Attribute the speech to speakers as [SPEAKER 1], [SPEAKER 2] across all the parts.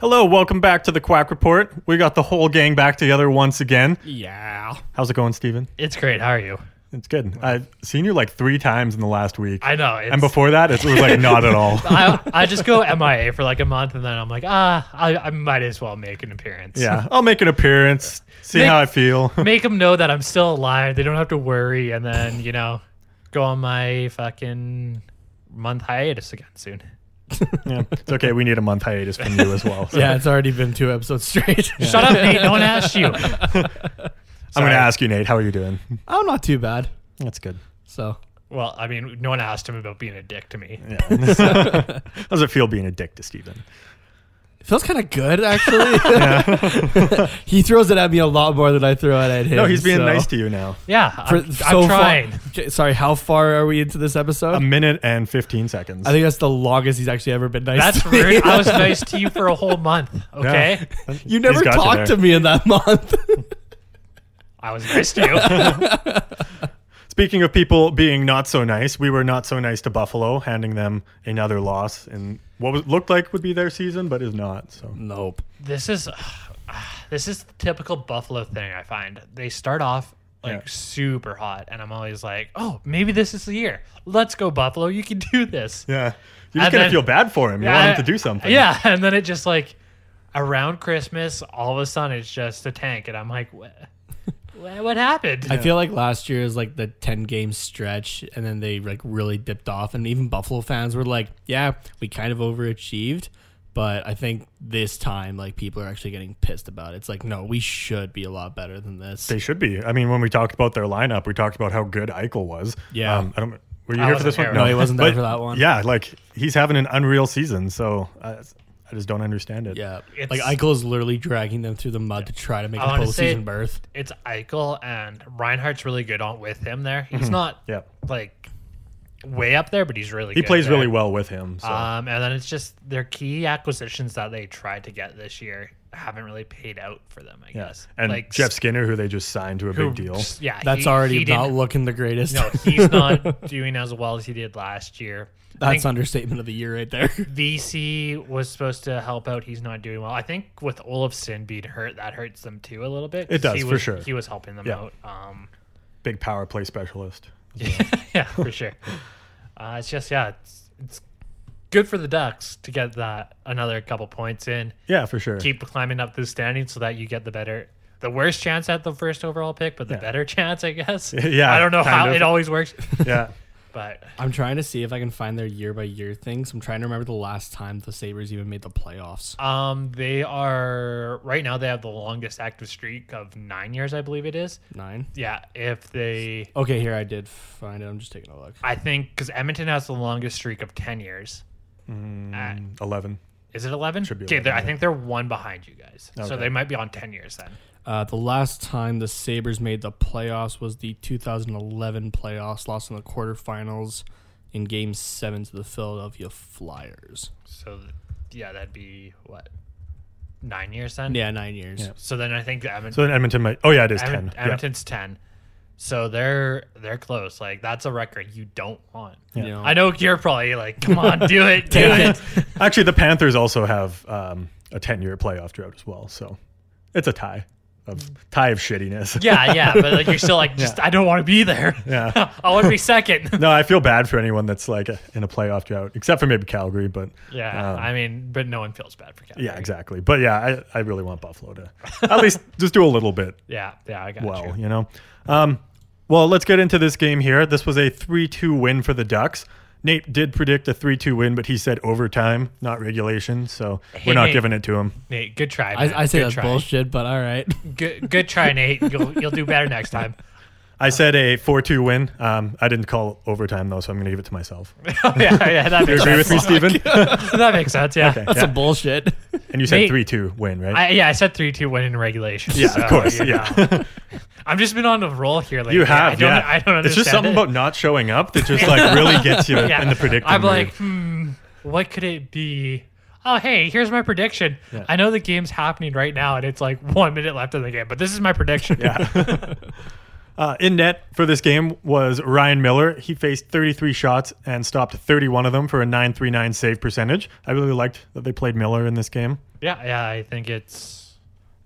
[SPEAKER 1] Hello, welcome back to the Quack Report. We got the whole gang back together once again.
[SPEAKER 2] Yeah.
[SPEAKER 1] How's it going, Steven?
[SPEAKER 2] It's great. How are you?
[SPEAKER 1] It's good. I've seen you like three times in the last week.
[SPEAKER 2] I know. It's,
[SPEAKER 1] and before that, it was like not at all.
[SPEAKER 2] I, I just go MIA for like a month and then I'm like, ah, I, I might as well make an appearance.
[SPEAKER 1] Yeah, I'll make an appearance, see
[SPEAKER 2] Make-
[SPEAKER 1] how I feel.
[SPEAKER 2] Make them know that I'm still alive. They don't have to worry. And then, you know, go on my fucking month hiatus again soon.
[SPEAKER 1] yeah, it's okay. We need a month hiatus from you as well. So
[SPEAKER 3] Yeah, it's already been two episodes straight.
[SPEAKER 2] Shut up, Nate. No one asked you.
[SPEAKER 1] I'm going to ask you, Nate. How are you doing?
[SPEAKER 3] I'm Oh, not too bad.
[SPEAKER 1] That's good.
[SPEAKER 3] So
[SPEAKER 2] Well, I mean, no one asked him about being a dick to me.
[SPEAKER 1] Yeah. How does it feel being a dick to Steven?
[SPEAKER 3] it feels kind of good actually. he throws it at me a lot more than I throw it at him.
[SPEAKER 1] No, he's being
[SPEAKER 3] so-
[SPEAKER 1] nice to you now.
[SPEAKER 2] Yeah.
[SPEAKER 3] For-
[SPEAKER 2] I'm,
[SPEAKER 3] so
[SPEAKER 2] I'm
[SPEAKER 3] far-
[SPEAKER 2] trying.
[SPEAKER 3] Okay, sorry, how far are we into this episode?
[SPEAKER 1] A minute and 15 seconds.
[SPEAKER 3] I think that's the longest he's actually ever been nice.
[SPEAKER 2] That's
[SPEAKER 3] to me.
[SPEAKER 2] rude. I was nice to you for a whole month. Okay.
[SPEAKER 1] Yeah.
[SPEAKER 3] you
[SPEAKER 1] He's
[SPEAKER 3] never
[SPEAKER 1] got you
[SPEAKER 3] talked
[SPEAKER 1] there.
[SPEAKER 3] to me in that month.
[SPEAKER 2] I was nice to you.
[SPEAKER 1] Speaking of people being not so nice, we were not so nice to Buffalo, handing them another loss in what was, looked like would be their season, but is not. So
[SPEAKER 3] nope.
[SPEAKER 2] this is this is the typical buffalo thing i find they start off like
[SPEAKER 1] Yeah.
[SPEAKER 2] super hot and i'm always like oh maybe this is the year let's go buffalo you can do this
[SPEAKER 1] yeah, you just
[SPEAKER 2] And
[SPEAKER 1] kind of
[SPEAKER 2] then-
[SPEAKER 1] feel bad for him. You want him to do something.
[SPEAKER 2] yeah and then it just like around christmas all of a sudden it's just a tank and i'm like what what happened
[SPEAKER 3] I feel like last year is like the ten game stretch, and then they like really dipped off, and even Buffalo fans were like, "Yeah, we kind of overachieved." But I think this time, like people are actually getting pissed about it. It's like, no, we should be a lot better than this.
[SPEAKER 1] they should be. I mean, when we talked about their lineup, we talked about how good Eichel was. Um,
[SPEAKER 3] Yeah.
[SPEAKER 1] I don't. Were you here
[SPEAKER 2] I
[SPEAKER 1] for
[SPEAKER 2] wasn't
[SPEAKER 1] this
[SPEAKER 2] here.
[SPEAKER 1] one?
[SPEAKER 3] No, he wasn't there
[SPEAKER 1] But,
[SPEAKER 3] for that one.
[SPEAKER 1] Yeah, like he's having an unreal season. So I, I just don't understand it.
[SPEAKER 3] yeah.
[SPEAKER 2] It's-
[SPEAKER 3] like Eichel is literally dragging them through the mud to try to make
[SPEAKER 2] I
[SPEAKER 3] a
[SPEAKER 2] wanna say-
[SPEAKER 3] postseason berth.
[SPEAKER 2] it's eichel and reinhardt's really good on with him there he's not
[SPEAKER 1] Mm-hmm. yeah.
[SPEAKER 2] like way up there but he's really
[SPEAKER 1] He
[SPEAKER 2] good
[SPEAKER 1] plays
[SPEAKER 2] there.
[SPEAKER 1] really well with him. So
[SPEAKER 2] Um, and then it's just their key acquisitions that they tried to get this year haven't really paid out for them, I
[SPEAKER 1] yeah.
[SPEAKER 2] guess.
[SPEAKER 1] and
[SPEAKER 2] like
[SPEAKER 1] Jeff Skinner, who they just signed to a
[SPEAKER 2] who
[SPEAKER 1] big deal.
[SPEAKER 2] just- yeah,
[SPEAKER 3] That's
[SPEAKER 2] he-
[SPEAKER 3] already
[SPEAKER 2] he
[SPEAKER 3] not
[SPEAKER 2] didn't-
[SPEAKER 3] looking the greatest.
[SPEAKER 2] No, he's not doing as well as he did last year. I
[SPEAKER 3] That's
[SPEAKER 2] think
[SPEAKER 3] understatement of the year right there.
[SPEAKER 2] VC was supposed to help out. He's not doing well. I think with Olafson being hurt, that hurts them too a little bit. 'cause
[SPEAKER 1] It does,
[SPEAKER 2] he
[SPEAKER 1] for
[SPEAKER 2] was-
[SPEAKER 1] sure.
[SPEAKER 2] He was helping them
[SPEAKER 1] Yeah.
[SPEAKER 2] out. Um,
[SPEAKER 1] Big power play specialist.
[SPEAKER 2] yeah, for sure. Uh, it's just yeah, it's, it's good for the Ducks to get that another couple points in.
[SPEAKER 1] Yeah, for sure.
[SPEAKER 2] keep climbing up the standings so that you get the better the worst chance at the first overall pick but the
[SPEAKER 1] Yeah.
[SPEAKER 2] better chance i guess
[SPEAKER 1] Yeah,
[SPEAKER 2] i don't know
[SPEAKER 1] kind
[SPEAKER 2] how
[SPEAKER 1] of.
[SPEAKER 2] it always works
[SPEAKER 1] yeah.
[SPEAKER 2] but
[SPEAKER 3] I'm trying to see if I can find their year by year things. I'm trying to remember the last time the Sabres even made the playoffs.
[SPEAKER 2] um they are right now they have the longest active streak of nine years i believe it is
[SPEAKER 3] Nine.
[SPEAKER 2] yeah if they
[SPEAKER 3] Okay, here I did find it. I'm just taking a look.
[SPEAKER 2] i think because edmonton has the longest streak of 10 years Uh,
[SPEAKER 1] Eleven.
[SPEAKER 2] is it 11
[SPEAKER 1] Mm. Should be
[SPEAKER 2] okay
[SPEAKER 1] 11,
[SPEAKER 2] they're- i
[SPEAKER 1] yeah.
[SPEAKER 2] think they're one behind you guys so
[SPEAKER 1] Okay.
[SPEAKER 2] they might be on 10 years then
[SPEAKER 3] Uh, the last time the Sabres made the playoffs was the 2011 playoffs, lost in the quarterfinals in game seven to the Philadelphia Flyers.
[SPEAKER 2] so th- yeah that'd be what nine years then
[SPEAKER 3] Yeah, nine years.
[SPEAKER 1] Yeah.
[SPEAKER 2] so then i think edmonton
[SPEAKER 1] So then Edmonton might. Oh yeah, it is
[SPEAKER 2] Edmon-
[SPEAKER 1] ten. Yeah.
[SPEAKER 2] Edmonton's ten. So they're they're close. Like that's a record you don't want.
[SPEAKER 3] You know,
[SPEAKER 2] I know you're probably like, come on, do it, do
[SPEAKER 3] Take
[SPEAKER 2] it.
[SPEAKER 1] Actually, the Panthers also have um, a ten-year playoff drought as well. So it's a tie of tie of shittiness.
[SPEAKER 2] Hmm. Yeah, yeah, but like you're still like, just I don't want to be there.
[SPEAKER 1] Yeah.
[SPEAKER 2] I want to be second.
[SPEAKER 1] No, I feel bad for anyone that's like in a playoff drought, except for maybe Calgary. But
[SPEAKER 2] Yeah,
[SPEAKER 1] um,
[SPEAKER 2] I mean, but no one feels bad for Calgary.
[SPEAKER 1] yeah, exactly. But yeah, I, I really want Buffalo to at least just do a little bit
[SPEAKER 2] Yeah, yeah, I got
[SPEAKER 1] well,
[SPEAKER 2] you.
[SPEAKER 1] you know. Um, well, let's get into this game here. This was a 3 2 win for the Ducks. Nate did predict a 3 2 win, but he said overtime, not regulation. So
[SPEAKER 2] Hey,
[SPEAKER 1] we're not
[SPEAKER 2] Nate.
[SPEAKER 1] giving it to him.
[SPEAKER 2] Nate, good try. man.
[SPEAKER 3] I, I say
[SPEAKER 2] good
[SPEAKER 3] that's
[SPEAKER 2] try.
[SPEAKER 3] bullshit, but all right.
[SPEAKER 2] Good, good try, Nate. You'll you'll do better next time.
[SPEAKER 1] I said a 4 2 win. Um, I didn't call overtime, though, so I'm going to give it to myself. Oh Do
[SPEAKER 2] yeah, yeah, that
[SPEAKER 1] you
[SPEAKER 2] makes
[SPEAKER 1] agree
[SPEAKER 2] sense.
[SPEAKER 1] with me, Steven?
[SPEAKER 2] that makes sense. Yeah,
[SPEAKER 1] Okay,
[SPEAKER 3] That's
[SPEAKER 1] yeah.
[SPEAKER 3] some bullshit.
[SPEAKER 1] And you said
[SPEAKER 2] Nate-
[SPEAKER 1] 3 2 win, right?
[SPEAKER 2] I, yeah, I said three, two, one in regulation.
[SPEAKER 1] yeah, of course. Yeah.
[SPEAKER 2] I've just been on a roll here lately.
[SPEAKER 1] You have,
[SPEAKER 2] I don't,
[SPEAKER 1] yeah.
[SPEAKER 2] I don't understand.
[SPEAKER 1] It's just something
[SPEAKER 2] it.
[SPEAKER 1] about not showing up that just like really gets you in the predicting.
[SPEAKER 2] I'm
[SPEAKER 1] mood.
[SPEAKER 2] like, hmm, what could it be? Oh, hey, here's my prediction. I know the game's happening right now, and it's like one minute left in the game, but this is my prediction.
[SPEAKER 1] Yeah. Uh, in net for this game was Ryan Miller. He faced 33 shots and stopped 31 of them for a 939 save percentage. I really liked that they played Miller in this game.
[SPEAKER 2] Yeah, yeah, I think it's.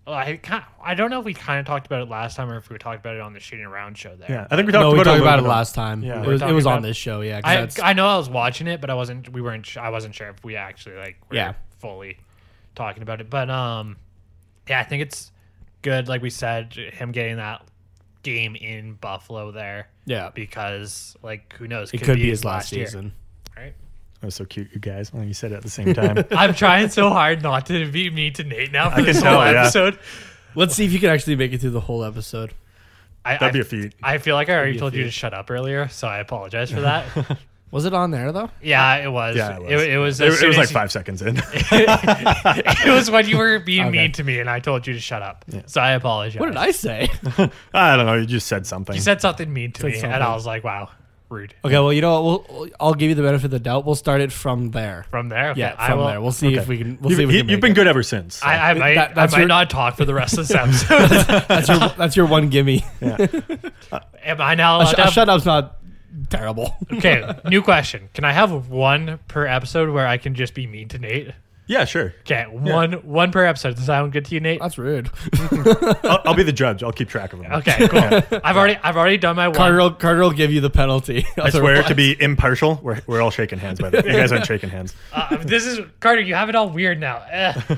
[SPEAKER 2] well, I kind I don't know if we kind of talked about it last time or if we talked about it on the shooting around show there.
[SPEAKER 1] Yeah, I think we talked
[SPEAKER 3] No, we
[SPEAKER 1] about,
[SPEAKER 3] talked
[SPEAKER 1] it, a
[SPEAKER 3] about it
[SPEAKER 1] little bit.
[SPEAKER 3] last time.
[SPEAKER 1] Yeah.
[SPEAKER 3] it
[SPEAKER 1] We
[SPEAKER 3] was,
[SPEAKER 2] were
[SPEAKER 3] it was
[SPEAKER 2] talking
[SPEAKER 3] on
[SPEAKER 2] about-
[SPEAKER 3] this show. Yeah, 'cause
[SPEAKER 2] I,
[SPEAKER 3] that's-
[SPEAKER 2] I know I was watching it, but I wasn't. We weren't. su- I wasn't sure if we actually like were
[SPEAKER 3] Yeah.
[SPEAKER 2] fully talking about it. But um, yeah, I think it's good. Like we said, him getting that game in Buffalo there
[SPEAKER 3] yeah.
[SPEAKER 2] because like who knows?
[SPEAKER 3] It could be his last season.
[SPEAKER 2] Year, right?
[SPEAKER 1] That was so cute, you guys. Well, you said it at the same time.
[SPEAKER 2] I'm trying so hard not to be mean to Nate now for
[SPEAKER 1] I can
[SPEAKER 2] this whole
[SPEAKER 1] tell, yeah.
[SPEAKER 2] episode.
[SPEAKER 3] Let's see if you can actually make it through the whole episode.
[SPEAKER 2] I,
[SPEAKER 1] That'd be
[SPEAKER 2] I,
[SPEAKER 1] a feat.
[SPEAKER 2] I feel like I already
[SPEAKER 3] a
[SPEAKER 2] told you
[SPEAKER 3] feat.
[SPEAKER 2] to shut up earlier, so I apologize for that.
[SPEAKER 3] Was it on there though?
[SPEAKER 2] yeah, it was.
[SPEAKER 1] Yeah, it
[SPEAKER 2] it was.
[SPEAKER 1] was.
[SPEAKER 2] It, was, as
[SPEAKER 1] It, it
[SPEAKER 2] soon
[SPEAKER 1] was
[SPEAKER 2] as
[SPEAKER 1] like
[SPEAKER 2] you-
[SPEAKER 1] five seconds in.
[SPEAKER 2] it was when you were being
[SPEAKER 3] Okay.
[SPEAKER 2] mean to me and I told you to shut up. So I apologize.
[SPEAKER 3] What did I say?
[SPEAKER 1] I don't know. You just said something.
[SPEAKER 2] You said something mean to
[SPEAKER 3] Said
[SPEAKER 2] me and I
[SPEAKER 3] something.
[SPEAKER 2] was like, wow, rude.
[SPEAKER 3] okay, well, you know, what, we'll, I'll give you the benefit of the doubt. We'll start it from there.
[SPEAKER 2] From there, okay,
[SPEAKER 3] Yeah,
[SPEAKER 2] I
[SPEAKER 3] from
[SPEAKER 2] will-
[SPEAKER 3] there. We'll see if
[SPEAKER 1] Okay.
[SPEAKER 3] we can. We'll
[SPEAKER 1] you've
[SPEAKER 3] see if we
[SPEAKER 1] you-
[SPEAKER 3] can
[SPEAKER 1] you've
[SPEAKER 3] make
[SPEAKER 1] been good ever since. so.
[SPEAKER 2] I, I might,
[SPEAKER 3] That-
[SPEAKER 2] I
[SPEAKER 3] that's
[SPEAKER 2] might
[SPEAKER 3] your-
[SPEAKER 2] not talk for the rest of this episode.
[SPEAKER 3] it. That's your, that's your one gimme.
[SPEAKER 2] Am I now
[SPEAKER 3] A
[SPEAKER 2] allowed
[SPEAKER 3] Uh, sh-
[SPEAKER 2] to
[SPEAKER 3] a
[SPEAKER 2] have-
[SPEAKER 3] shut up's not terrible.
[SPEAKER 2] Okay, new question. Can I have one per episode where I can just be mean to Nate?
[SPEAKER 1] yeah, sure.
[SPEAKER 2] Okay, one one per episode. Does that sound good to you, Nate?
[SPEAKER 3] That's rude.
[SPEAKER 1] I'll, I'll be the judge. I'll keep track of them.
[SPEAKER 2] Okay, cool. I've already I've already done my one.
[SPEAKER 3] Carter, will, Carter will give you the penalty.
[SPEAKER 1] I swear to be impartial. We're, we're all shaking hands by the way. You guys aren't shaking hands.
[SPEAKER 2] Uh, this is Carter. You have it all weird now. Eh.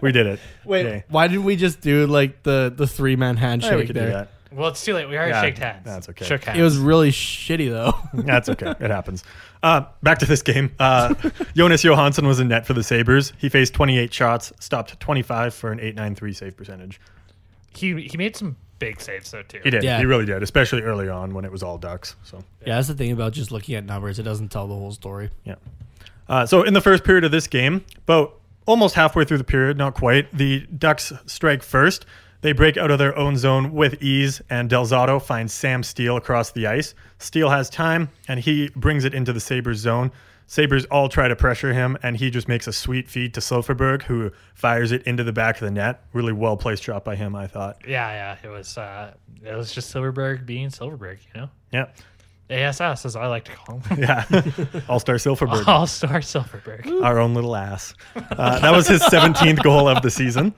[SPEAKER 1] We did it.
[SPEAKER 3] Wait,
[SPEAKER 1] Yay.
[SPEAKER 3] why didn't we just do like the the three man handshake
[SPEAKER 1] Hey, we could
[SPEAKER 3] there?
[SPEAKER 1] do that.
[SPEAKER 2] Well, it's too late. We already
[SPEAKER 1] Yeah,
[SPEAKER 2] shook hands.
[SPEAKER 1] that's okay.
[SPEAKER 2] Shook hands.
[SPEAKER 3] It was really shitty though.
[SPEAKER 1] That's okay. It happens. Uh, back to this game. Uh, Jonas Johansson was in net for the Sabres. He faced 28 shots, stopped 25 for an 893 save percentage.
[SPEAKER 2] he he made some big saves though too.
[SPEAKER 1] He did.
[SPEAKER 3] Yeah.
[SPEAKER 1] He really did, especially early on when it was all Ducks. So,
[SPEAKER 3] yeah, that's the thing about just looking at numbers; it doesn't tell the whole story.
[SPEAKER 1] yeah. Uh, so, in the first period of this game, about almost halfway through the period, not quite, the Ducks strike first. They break out of their own zone with ease, and Delzato finds Sam Steele across the ice. Steele has time, and he brings it into the Sabres zone. Sabres all try to pressure him, and he just makes a sweet feed to Silverberg, who fires it into the back of the net. Really well placed shot by him, I thought.
[SPEAKER 2] Yeah, yeah. It was uh, it was just Silverberg being Silverberg. You know,
[SPEAKER 1] Yeah.
[SPEAKER 2] ASS as I like to call him.
[SPEAKER 1] Yeah. all star Silverberg.
[SPEAKER 2] All star Silverberg.
[SPEAKER 1] our own little ass. Uh, that was his 17th goal of the season.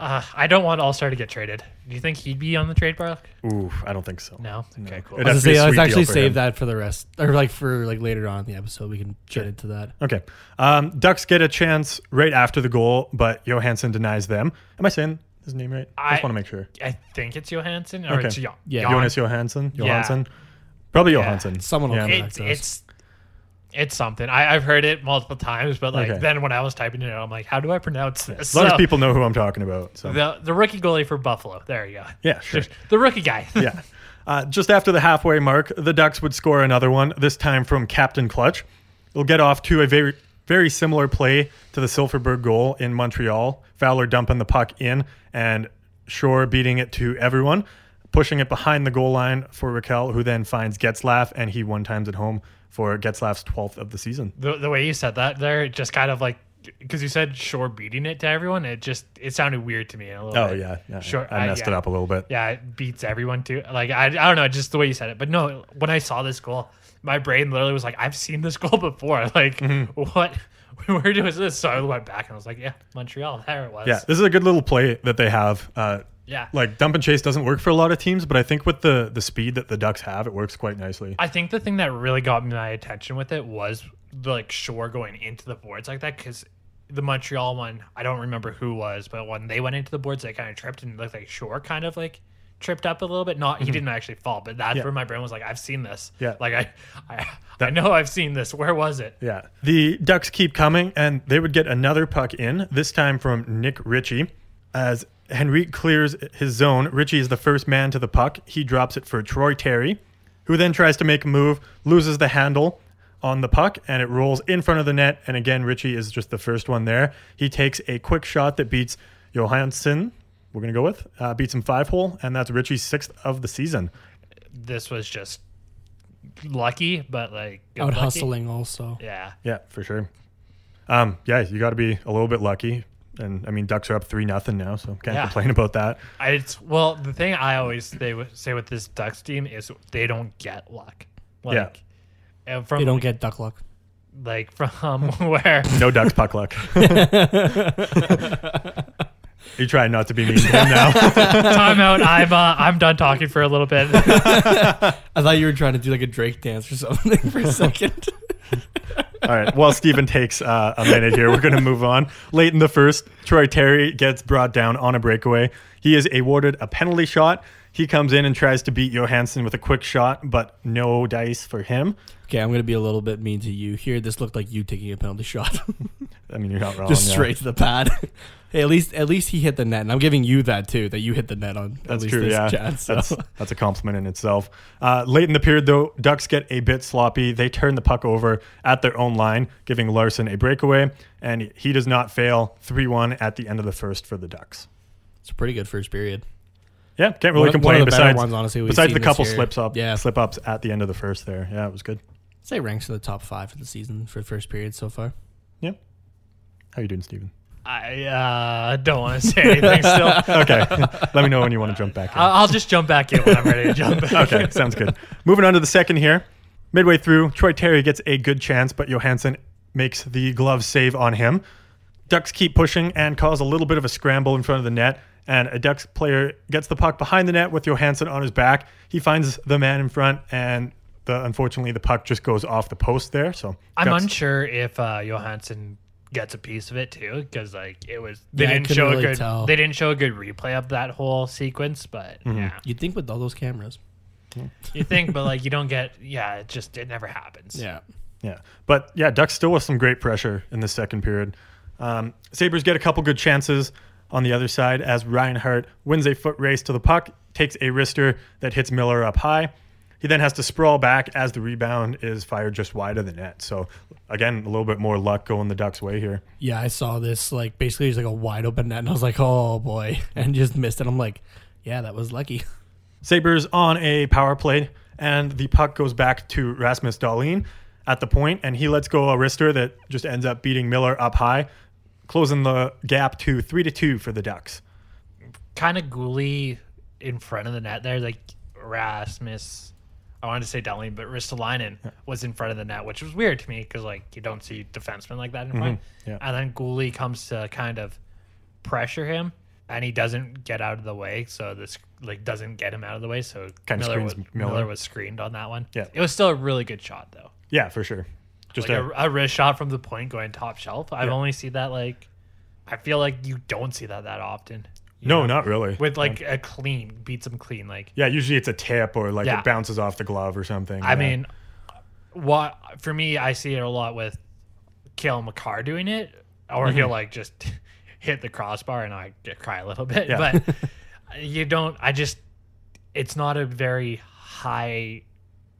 [SPEAKER 2] Uh, I don't want All Star to get traded. Do you think he'd be on the trade block?
[SPEAKER 1] Ooh, I don't think so.
[SPEAKER 2] No. Okay, cool.
[SPEAKER 1] It
[SPEAKER 3] I
[SPEAKER 1] has- That'd be a
[SPEAKER 3] was gonna say,
[SPEAKER 1] sweet
[SPEAKER 3] let's
[SPEAKER 1] deal
[SPEAKER 3] actually
[SPEAKER 1] for
[SPEAKER 3] save
[SPEAKER 1] him.
[SPEAKER 3] that for the rest, or like for like later on in the episode, we can get into that.
[SPEAKER 1] Okay. Um, Ducks get a chance right after the goal, but Johansson denies them. Am I saying his name right? I
[SPEAKER 2] I-
[SPEAKER 1] just want to make sure.
[SPEAKER 2] I think it's Johansson or
[SPEAKER 1] Okay.
[SPEAKER 2] it's jo-
[SPEAKER 3] Yeah.
[SPEAKER 2] Jan-
[SPEAKER 1] Jonas Johansson? Johansson? Probably Johansson.
[SPEAKER 3] Someone will
[SPEAKER 1] yeah.
[SPEAKER 3] come.
[SPEAKER 2] It's
[SPEAKER 3] Access.
[SPEAKER 2] it's it's something. I, I've heard it multiple times, but like
[SPEAKER 1] Okay.
[SPEAKER 2] then when I was typing it, out, I'm like, how do I pronounce this?
[SPEAKER 1] As long
[SPEAKER 2] So,
[SPEAKER 1] as people know who I'm talking about. So
[SPEAKER 2] the the rookie goalie for Buffalo. There you go.
[SPEAKER 1] Yeah, sure.
[SPEAKER 2] Just the rookie guy.
[SPEAKER 1] yeah. Uh, just after the halfway mark, the Ducks would score another one, this time from Captain Clutch. They'll get off to a very, very similar play to the Silverberg goal in Montreal. Fowler dumping the puck in and Shore beating it to everyone, pushing it behind the goal line for Raquel, who then finds Getzlaff, and he one times at home for Getzlaff's 12th of the season.
[SPEAKER 2] the, the way you said that there, it just kind of like because you said Shore beating it to everyone, it just it sounded weird to me a little.
[SPEAKER 1] Oh,
[SPEAKER 2] bit.
[SPEAKER 1] yeah. yeah.
[SPEAKER 2] Sure,
[SPEAKER 1] I
[SPEAKER 2] I-
[SPEAKER 1] messed
[SPEAKER 2] yeah.
[SPEAKER 1] it up a little bit.
[SPEAKER 2] yeah, it beats everyone too. Like I, I don't know, just the way you said it. But no, when I saw this goal, my brain literally was like, I've seen this goal before. Like
[SPEAKER 1] Mm-hmm.
[SPEAKER 2] what? Where was this? So I went back and I was like, yeah, Montreal. There it was.
[SPEAKER 1] Yeah, this is a good little play that they have. Uh,
[SPEAKER 2] Yeah.
[SPEAKER 1] like dump and chase doesn't work for a lot of teams, but I think with the the speed that the Ducks have, it works quite nicely.
[SPEAKER 2] I think the thing that really got my attention with it was the, like Shore going into the boards like that because the Montreal one I don't remember who was, but when they went into the boards, they kind of tripped and it looked like Shore kind of like tripped up a little bit. Not he didn't actually fall, but that's
[SPEAKER 1] Mm-hmm. Yeah.
[SPEAKER 2] where my brain was like, I've seen this.
[SPEAKER 1] Yeah.
[SPEAKER 2] like I, I, I know I've seen this. Where was it?
[SPEAKER 1] Yeah. The Ducks keep coming, and they would get another puck in, this time from Nick Ritchie. As Henrique clears his zone, Ritchie is the first man to the puck. He drops it for Troy Terry, who then tries to make a move, loses the handle on the puck, and it rolls in front of the net. And again, Ritchie is just the first one there. He takes a quick shot that beats Johansson. We're going to go with uh, beats him five hole, and that's Ritchie's sixth of the season.
[SPEAKER 2] This was just lucky, but like good
[SPEAKER 3] out
[SPEAKER 2] lucky.
[SPEAKER 3] hustling also.
[SPEAKER 2] Yeah,
[SPEAKER 1] Yeah, for sure. Um, yeah, you got to be a little bit lucky. And I mean, Ducks are up three nothing now, so can't
[SPEAKER 2] Yeah.
[SPEAKER 1] complain about that.
[SPEAKER 2] I, it's well, the thing I always they would say with this Ducks team is they don't get luck. Like, yeah. And from
[SPEAKER 3] They don't get duck luck.
[SPEAKER 2] like from where
[SPEAKER 1] No Ducks puck luck. You're trying not to be mean to him now.
[SPEAKER 2] timeout. I'm uh, I'm done talking for a little bit.
[SPEAKER 3] I thought you were trying to do like a Drake dance or something for a second.
[SPEAKER 1] All right. While Steven takes uh, a minute here, we're going to move on. Late in the first, Troy Terry gets brought down on a breakaway. He is awarded a penalty shot. He comes in and tries to beat Johansson with a quick shot, but no dice for him.
[SPEAKER 3] okay, I'm gonna be a little bit mean to you here. This looked like you taking a penalty shot,
[SPEAKER 1] I mean, you're not wrong.
[SPEAKER 3] just
[SPEAKER 1] yeah.
[SPEAKER 3] straight to the pad. hey, at least at least he hit the net, and I'm giving you that too. That you hit the net on. at
[SPEAKER 1] That's
[SPEAKER 3] least
[SPEAKER 1] true.
[SPEAKER 3] This
[SPEAKER 1] Yeah,
[SPEAKER 3] chat, so.
[SPEAKER 1] that's that's a compliment in itself. Uh, late in the period, though, Ducks get a bit sloppy. They turn the puck over at their own line, giving Larson a breakaway, and he does not fail. Three-one at the end of the first for the Ducks.
[SPEAKER 3] it's a pretty good first period.
[SPEAKER 1] Yeah, can't really
[SPEAKER 3] One- one
[SPEAKER 1] complain.
[SPEAKER 3] of the better
[SPEAKER 1] besides,
[SPEAKER 3] ones, honestly, we've
[SPEAKER 1] besides the
[SPEAKER 3] seen this
[SPEAKER 1] couple
[SPEAKER 3] year.
[SPEAKER 1] slips up,
[SPEAKER 3] Yeah.
[SPEAKER 1] slip ups at the end of the first. There, yeah, it was good.
[SPEAKER 3] I'd say ranks in the top five for the season for the first period so far.
[SPEAKER 1] Yeah, how you doing, Steven?
[SPEAKER 2] I uh, don't want to say anything. Still, I-
[SPEAKER 1] Okay, let me know when you want to jump back. in.
[SPEAKER 2] I'll just jump back in when I'm ready to jump back.
[SPEAKER 1] okay, sounds good. Moving on to the second here. Midway through, Troy Terry gets a good chance, but Johansson makes the glove save on him. Ducks keep pushing and cause a little bit of a scramble in front of the net, and a Ducks player gets the puck behind the net with Johansson on his back. He finds the man in front, and the, unfortunately, the puck just goes off the post there. So
[SPEAKER 2] I'm
[SPEAKER 1] Ducks-
[SPEAKER 2] unsure if uh, Johansson gets a piece of it too, because like it was they
[SPEAKER 3] Yeah, I
[SPEAKER 2] didn't
[SPEAKER 3] couldn't
[SPEAKER 2] show
[SPEAKER 3] really
[SPEAKER 2] a good
[SPEAKER 3] tell.
[SPEAKER 2] they didn't show a good replay of that whole sequence, but yeah,
[SPEAKER 3] You'd think with all those cameras.
[SPEAKER 2] you think, but like you don't get yeah, it just it never happens.
[SPEAKER 3] Yeah.
[SPEAKER 1] Yeah, but yeah, Ducks still with some great pressure in the second period. Um, Sabers get a couple good chances on the other side as Reinhardt wins a foot race to the puck, takes a wrister that hits Miller up high. He then has to sprawl back as the rebound is fired just wide of the net. So again, a little bit more luck going the Ducks' way here.
[SPEAKER 3] Yeah, I saw this like basically just like a wide open net, and I was like, oh boy, and just missed it. I'm like, yeah, that was lucky.
[SPEAKER 1] Sabres on a power play, and the puck goes back to Rasmus Dahlin at the point, and he lets go a wrister that just ends up beating Miller up high, closing the gap to three to two for the Ducks.
[SPEAKER 2] kind of Gouli in front of the net there, like Rasmus. I wanted to say Dowling, but Ristolainen was in front of the net, which was weird to me because like you don't see defensemen like that in front.
[SPEAKER 1] Mm-hmm. yeah.
[SPEAKER 2] And then Gouli comes to kind of pressure him, and he doesn't get out of the way, so this like doesn't get him out of the way. So
[SPEAKER 1] Kinda
[SPEAKER 2] Miller was,
[SPEAKER 1] screens Miller.
[SPEAKER 2] Miller was screened on that one.
[SPEAKER 1] Yeah.
[SPEAKER 2] it was still a really good shot though.
[SPEAKER 1] Yeah, for sure. Just
[SPEAKER 2] like
[SPEAKER 1] a,
[SPEAKER 2] a, a wrist shot from the point going top shelf. I've only seen that like, I feel like you don't see that that often. you
[SPEAKER 1] no,
[SPEAKER 2] know?
[SPEAKER 1] not really.
[SPEAKER 2] with like a clean beats them clean like
[SPEAKER 1] yeah, usually it's a tip or like
[SPEAKER 2] Yeah.
[SPEAKER 1] it bounces off the glove or something.
[SPEAKER 2] i
[SPEAKER 1] yeah.
[SPEAKER 2] mean what for me i see it a lot with Kale mccarr doing it or
[SPEAKER 1] Mm-hmm.
[SPEAKER 2] he'll like just hit the crossbar and i get- cry a little bit
[SPEAKER 1] Yeah.
[SPEAKER 2] but you don't i just it's not a very high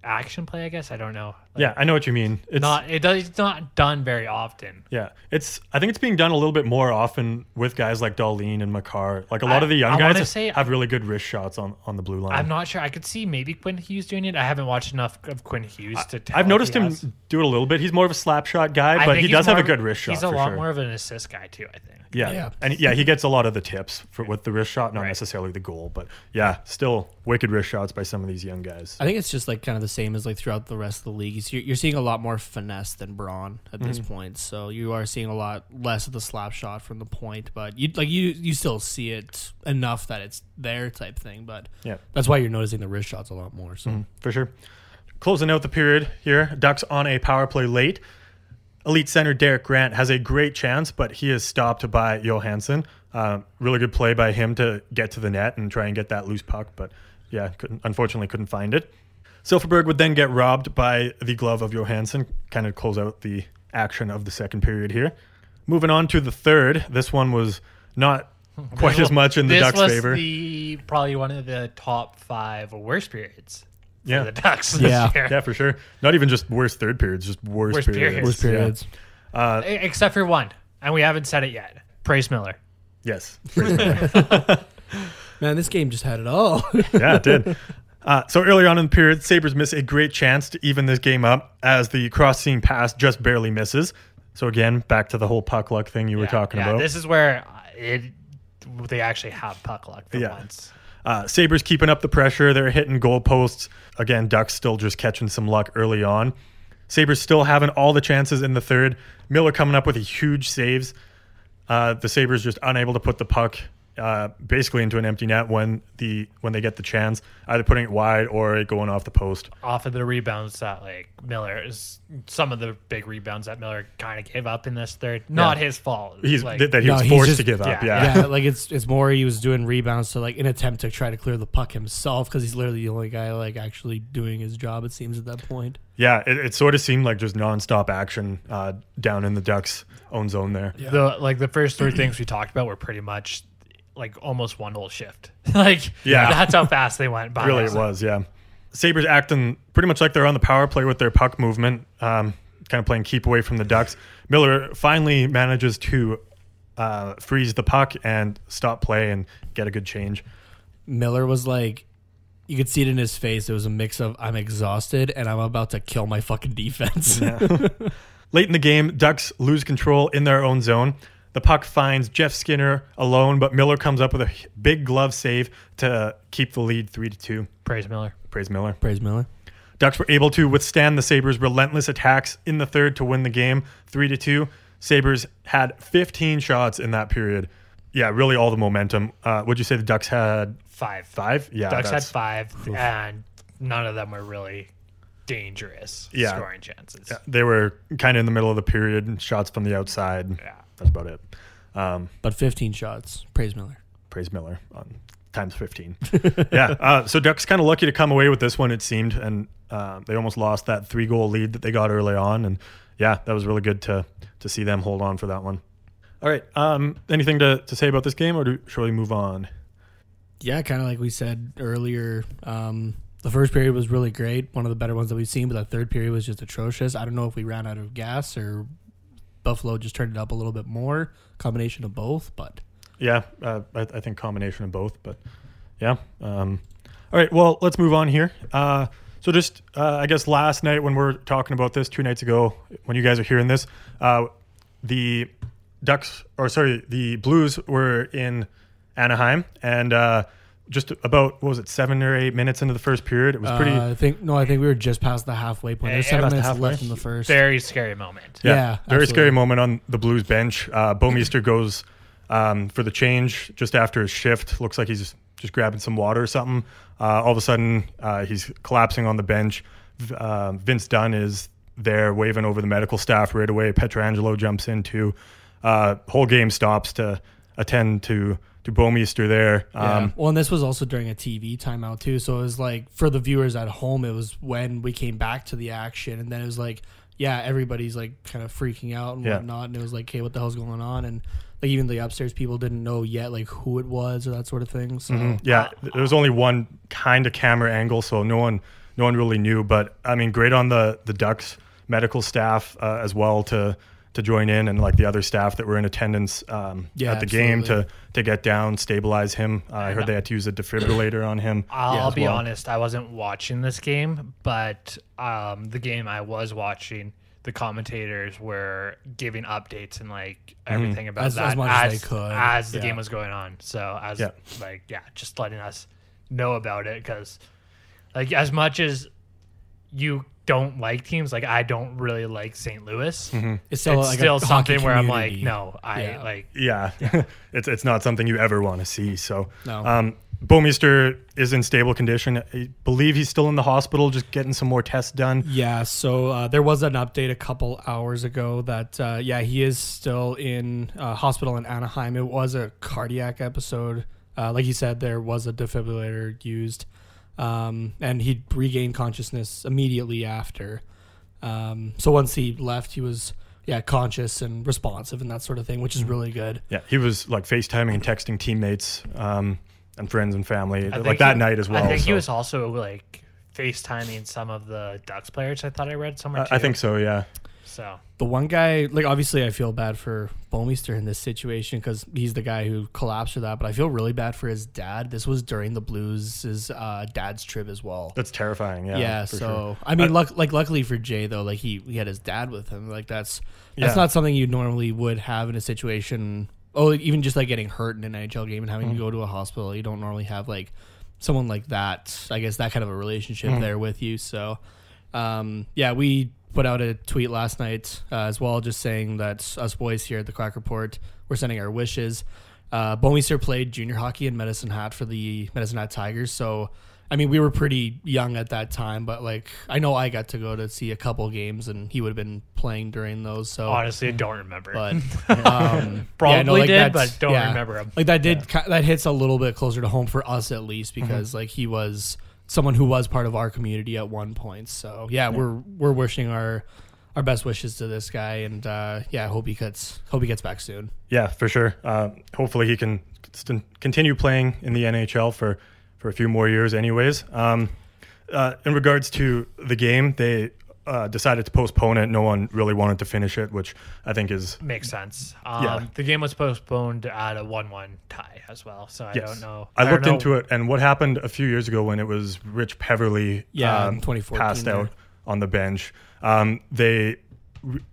[SPEAKER 2] action play i guess i don't know Like,
[SPEAKER 1] yeah, I know what you mean. It's
[SPEAKER 2] not it does it's not done very often
[SPEAKER 1] Yeah, it's. I think it's being done a little bit more often with guys like Darlene and Makar. Like a lot
[SPEAKER 2] I-
[SPEAKER 1] of the young
[SPEAKER 2] I
[SPEAKER 1] guys
[SPEAKER 2] wanna say-
[SPEAKER 1] have really good wrist shots on on the blue line.
[SPEAKER 2] i'm not sure i could see maybe quinn hughes doing it i haven't watched enough of quinn hughes to tell
[SPEAKER 1] I've
[SPEAKER 2] if
[SPEAKER 1] noticed
[SPEAKER 2] he
[SPEAKER 1] him
[SPEAKER 2] has.
[SPEAKER 1] do it a little bit. He's more of a slap shot guy, but
[SPEAKER 2] I think
[SPEAKER 1] he
[SPEAKER 2] he's
[SPEAKER 1] does have
[SPEAKER 2] more
[SPEAKER 1] a
[SPEAKER 2] of-
[SPEAKER 1] good wrist shot.
[SPEAKER 2] He's a
[SPEAKER 1] for
[SPEAKER 2] lot
[SPEAKER 1] sure.
[SPEAKER 2] more of an assist guy too, I think.
[SPEAKER 1] Yeah.
[SPEAKER 3] Yeah.
[SPEAKER 1] and yeah, he gets a lot of the tips for with the wrist shot, not
[SPEAKER 2] Right.
[SPEAKER 1] necessarily the goal, but yeah, still wicked wrist shots by some of these young guys.
[SPEAKER 3] I think it's just like kind of the same as like throughout the rest of the league. You're, you're seeing a lot more finesse than brawn at this
[SPEAKER 1] Mm-hmm.
[SPEAKER 3] point, so you are seeing a lot less of the slap shot from the point. But you like you you still see it enough that it's there type thing. But
[SPEAKER 1] Yeah. Mm-hmm.
[SPEAKER 3] that's why you're noticing the wrist shots a lot more. So
[SPEAKER 1] for sure. Closing out the period here, Ducks on a power play late. Elite center Derek Grant has a great chance, but he is stopped by Johansson. Um, really good play by him to get to the net and try and get that loose puck, but yeah, couldn't, unfortunately couldn't find it. Silverberg would then get robbed by the glove of Johansson, kind of close out the action of the second period here. Moving on to the third, this one was not quite as much in the
[SPEAKER 2] Hmm. this
[SPEAKER 1] Ducks'
[SPEAKER 2] was
[SPEAKER 1] favor.
[SPEAKER 2] The, probably one of the top five worst periods
[SPEAKER 1] Yeah.
[SPEAKER 2] for the Ducks this
[SPEAKER 3] Yeah.
[SPEAKER 2] year.
[SPEAKER 1] yeah, for sure. Not even just worst third periods, just worst,
[SPEAKER 2] Worst
[SPEAKER 1] periods.
[SPEAKER 2] periods. Worst
[SPEAKER 1] Yeah.
[SPEAKER 3] periods.
[SPEAKER 2] E- Except for one, and we haven't said it yet. Praise Miller.
[SPEAKER 1] Yes.
[SPEAKER 3] Man, this game just had it all.
[SPEAKER 1] yeah, it did. Uh, so early on in the period, Sabres miss a great chance to even this game up as the cross seam pass just barely misses. So again, back to the whole puck luck thing you were
[SPEAKER 2] Yeah,
[SPEAKER 1] talking
[SPEAKER 2] yeah,
[SPEAKER 1] about.
[SPEAKER 2] This is where uh, it they actually have puck luck for
[SPEAKER 1] Yeah.
[SPEAKER 2] once.
[SPEAKER 1] Uh, Sabres keeping up the pressure. They're hitting goalposts. Again, Ducks still just catching some luck early on. Sabres still having all the chances in the third. Miller coming up with a huge saves. Uh, the Sabres just unable to put the puck uh, basically into an empty net when the when they get the chance, either putting it wide or it going off the post.
[SPEAKER 2] off of the rebounds that like Miller is some of the big rebounds that Miller kind of gave up in this third. Not his fault.
[SPEAKER 1] He's
[SPEAKER 2] like,
[SPEAKER 1] that he
[SPEAKER 3] No,
[SPEAKER 1] was
[SPEAKER 3] he's
[SPEAKER 1] forced
[SPEAKER 3] just-
[SPEAKER 1] to give up.
[SPEAKER 2] yeah,
[SPEAKER 1] Yeah,
[SPEAKER 3] yeah, like it's it's more he was doing rebounds to like an attempt to try to clear the puck himself because he's literally the only guy like actually doing his job. It seems at that point.
[SPEAKER 1] Yeah, it, it sort of seemed like just nonstop action uh, down in the Ducks' own zone there.
[SPEAKER 2] the like the first three things we talked about were pretty much like almost one whole shift. like
[SPEAKER 1] Yeah.
[SPEAKER 2] that's how fast they went by.
[SPEAKER 1] Really, it was, yeah. Sabres acting pretty much like they're on the power play with their puck movement, um, kind of playing keep away from the Ducks. Miller finally manages to uh, freeze the puck and stop play and get a good change.
[SPEAKER 3] Miller was like, you could see it in his face. It was a mix of I'm exhausted and I'm about to kill my fucking defense.
[SPEAKER 1] Late in the game, Ducks lose control in their own zone. The puck finds Jeff Skinner alone, but Miller comes up with a h- big glove save to keep the lead 3 to 2.
[SPEAKER 2] Praise Miller.
[SPEAKER 1] Praise Miller.
[SPEAKER 3] Praise Miller.
[SPEAKER 1] Ducks were able to withstand the Sabres' relentless attacks in the third to win the game 3 to 2. Sabres had 15 shots in that period. Yeah, really all the momentum. Uh, would you say the Ducks had
[SPEAKER 2] Five.
[SPEAKER 1] five? Yeah.
[SPEAKER 2] Ducks had
[SPEAKER 1] Uh, that's-
[SPEAKER 2] five and none of them were really dangerous
[SPEAKER 1] Yeah.
[SPEAKER 2] scoring chances.
[SPEAKER 1] They were kind of in the middle of the period and shots from the outside.
[SPEAKER 2] Yeah.
[SPEAKER 1] That's about it. Um,
[SPEAKER 3] But 15 shots. Praise Miller.
[SPEAKER 1] praise Miller on times 15. yeah. Uh, so Ducks kind of lucky to come away with this one, it seemed. And uh, they almost lost that three goal lead that they got early on. And yeah, that was really good to, to see them hold on for that one. All right. Um, anything to, to say about this game, or do, shall we move on?
[SPEAKER 3] Yeah, kind of like we said earlier. Um, the first period was really great, one of the better ones that we've seen, but that third period was just atrocious. I don't know if we ran out of gas or Buffalo just turned it up a little bit more, combination of both, but
[SPEAKER 1] Yeah, uh, I, I think combination of both, but yeah. Um, all right, well, let's move on here. Uh, so just, uh, I guess last night when we are talking about this, two nights ago, when you guys are hearing this, uh, the Ducks, or sorry, the Blues were in Anaheim, and uh, just about what was it, seven or eight minutes into the first period, it was pretty. Eh,
[SPEAKER 3] uh, I think no, I think we were just past the halfway point. There's
[SPEAKER 2] Yeah,
[SPEAKER 3] seven
[SPEAKER 2] past the
[SPEAKER 3] minutes
[SPEAKER 1] halfway.
[SPEAKER 3] left in the first.
[SPEAKER 2] Very scary moment.
[SPEAKER 1] Yeah,
[SPEAKER 3] Yeah,
[SPEAKER 1] very
[SPEAKER 3] absolutely.
[SPEAKER 1] scary moment on the Blues bench. Uh, Bomeister goes um, for the change just after his shift. Looks like he's just, just grabbing some water or something. Uh, all of a sudden, uh, he's collapsing on the bench. V- Um, Vince Dunn is there waving over the medical staff right away. Petrangelo jumps in too. Uh, whole game stops to attend to to Bomeister there.
[SPEAKER 3] Yeah.
[SPEAKER 1] Um,
[SPEAKER 3] well, and this was also during a TV timeout too, so it was like for the viewers at home, it was when we came back to the action, and then it was like, yeah, everybody's like kind of freaking out and
[SPEAKER 1] Yeah.
[SPEAKER 3] whatnot, and it was like, hey, what the hell's going on? And like even the upstairs people didn't know yet like who it was or that sort of thing. So
[SPEAKER 2] Mm-hmm.
[SPEAKER 1] Yeah, th- there was only one kind of camera angle, so no one no one really knew. But I mean, great on the the Ducks medical staff uh, as well to to join in and like the other staff that were in attendance um,
[SPEAKER 3] Yeah,
[SPEAKER 1] at the game to
[SPEAKER 3] absolutely.
[SPEAKER 1] to get down, stabilize him. Uh, I heard they had to use a defibrillator on him.
[SPEAKER 2] I'll
[SPEAKER 1] as
[SPEAKER 2] be
[SPEAKER 1] well.
[SPEAKER 2] honest, I wasn't watching this game, but um, the game I was watching, the commentators were giving updates and like everything about
[SPEAKER 3] Mm-hmm. As-
[SPEAKER 2] that
[SPEAKER 3] as much as they could,
[SPEAKER 2] as the
[SPEAKER 3] yeah.
[SPEAKER 2] game was going on. So as
[SPEAKER 1] Yeah.
[SPEAKER 2] like yeah, just letting us know about it because like as much as you don't like teams, like I don't really like St. Louis.
[SPEAKER 3] it's Mm-hmm. still,
[SPEAKER 2] It's
[SPEAKER 3] like, a
[SPEAKER 2] still
[SPEAKER 3] hockey
[SPEAKER 2] something where I'm like,
[SPEAKER 3] community.
[SPEAKER 2] no, I
[SPEAKER 3] Yeah.
[SPEAKER 2] like
[SPEAKER 1] Yeah, it's it's not something you ever want to see. So,
[SPEAKER 3] No.
[SPEAKER 1] um, Bomeister is in stable condition. I believe he's still in the hospital, just getting some more tests done.
[SPEAKER 3] Yeah, so uh, there was an update a couple hours ago that uh, yeah, he is still in uh, hospital in Anaheim. It was a cardiac episode, uh, like you said, there was a defibrillator used, um, and he regained consciousness immediately after. Um, so once he left, he was yeah conscious and responsive and that sort of thing, which is really good.
[SPEAKER 1] Yeah, he was like FaceTiming and texting teammates um, and friends and family
[SPEAKER 2] I
[SPEAKER 1] like
[SPEAKER 2] think
[SPEAKER 1] that
[SPEAKER 2] he-
[SPEAKER 1] night as well.
[SPEAKER 2] I think he
[SPEAKER 1] so-
[SPEAKER 2] was also like FaceTiming some of the Ducks players. I thought I read somewhere.
[SPEAKER 1] I- I
[SPEAKER 2] too.
[SPEAKER 1] think so. Yeah,
[SPEAKER 2] So
[SPEAKER 3] the one guy, like obviously, I feel bad for Bomeister in this situation because he's the guy who collapsed for that. But I feel really bad for his dad. This was during the Blues' uh, dad's trip as well.
[SPEAKER 1] That's terrifying. Yeah.
[SPEAKER 3] Yeah.
[SPEAKER 1] for
[SPEAKER 3] so
[SPEAKER 1] sure.
[SPEAKER 3] I mean, luck, like luckily for Jay though, like he, he had his dad with him. Like that's
[SPEAKER 1] Yeah.
[SPEAKER 3] that's not something you normally would have in a situation. Oh, even just like getting hurt in an NHL game and having to go to a hospital, you don't normally have like someone like that. I guess that kind of a relationship there with you. So, um, yeah, we put out a tweet last night uh, as well, just saying that us boys here at the Quack Report, we're sending our wishes. Uh, Bomeister played junior hockey in Medicine Hat for the Medicine Hat Tigers. So, I mean, we were pretty young at that time, but like, I know I got to go to see a couple games and he would have been playing during those. So,
[SPEAKER 1] Oh.
[SPEAKER 2] honestly, I don't remember.
[SPEAKER 3] but um,
[SPEAKER 2] Probably
[SPEAKER 3] yeah, no, like,
[SPEAKER 2] did,
[SPEAKER 3] that's-
[SPEAKER 2] but don't
[SPEAKER 3] yeah.
[SPEAKER 2] remember him.
[SPEAKER 3] Like that did ki- that hits a little bit closer to home for us at least
[SPEAKER 2] Mm-hmm.
[SPEAKER 3] because like he was someone who was part of our community at one point. So yeah, we're we're wishing our our best wishes to this guy and uh, yeah, hope he gets hope he gets back soon.
[SPEAKER 1] Yeah, for sure. Uh, hopefully, he can st- continue playing in the NHL for for a few more years, anyways. Um, uh, in regards to the game, they uh, decided to postpone it. No one really wanted to finish it, which I think is
[SPEAKER 2] Makes sense. Um,
[SPEAKER 1] Yeah.
[SPEAKER 2] The game was postponed at a one-one tie as well, so I
[SPEAKER 1] Yes.
[SPEAKER 2] don't know.
[SPEAKER 1] I, looked
[SPEAKER 2] don't know.
[SPEAKER 1] into it, and what happened a few years ago when it was Rich Peverly um,
[SPEAKER 3] Yeah, in 2014
[SPEAKER 1] passed
[SPEAKER 3] there.
[SPEAKER 1] out on the bench. Um, they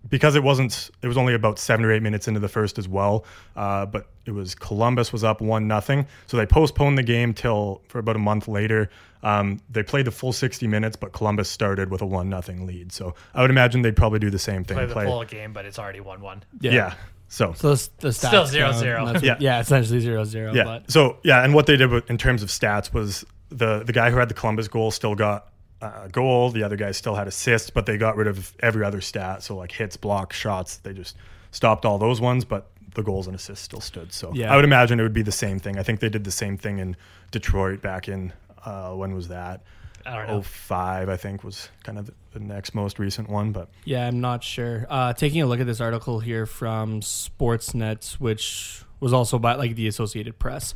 [SPEAKER 1] because it wasn't it was only about seven or eight minutes into the first as well, uh, but it was Columbus was up one nothing, so they postponed the game till for about a month later. Um, they played the full sixty minutes, but Columbus started with a one nothing lead. So I would imagine they'd probably do the same thing.
[SPEAKER 2] Play the full game, but it's already one-one.
[SPEAKER 1] yeah. So
[SPEAKER 3] So the, s- the stats
[SPEAKER 2] Still zero,
[SPEAKER 3] count,
[SPEAKER 2] zero.
[SPEAKER 3] and that's-
[SPEAKER 1] Yeah.
[SPEAKER 3] yeah. essentially zero zero.
[SPEAKER 1] Yeah.
[SPEAKER 3] But
[SPEAKER 1] So yeah, and what they did with, in terms of stats was the the guy who had the Columbus goal still got uh, a goal. The other guy still had assists, but they got rid of every other stat. So like hits, blocks, shots. They just stopped all those ones, but the goals and assists still stood. So
[SPEAKER 3] Yeah.
[SPEAKER 1] I would imagine it would be the same thing. I think they did the same thing in Detroit back in uh, when was that?
[SPEAKER 2] I don't know.
[SPEAKER 1] Oh five, I think was kind of the, the next most recent one, but
[SPEAKER 3] Yeah, I'm not sure. Uh, taking a look at this article here from Sportsnet, which was also by like the Associated Press.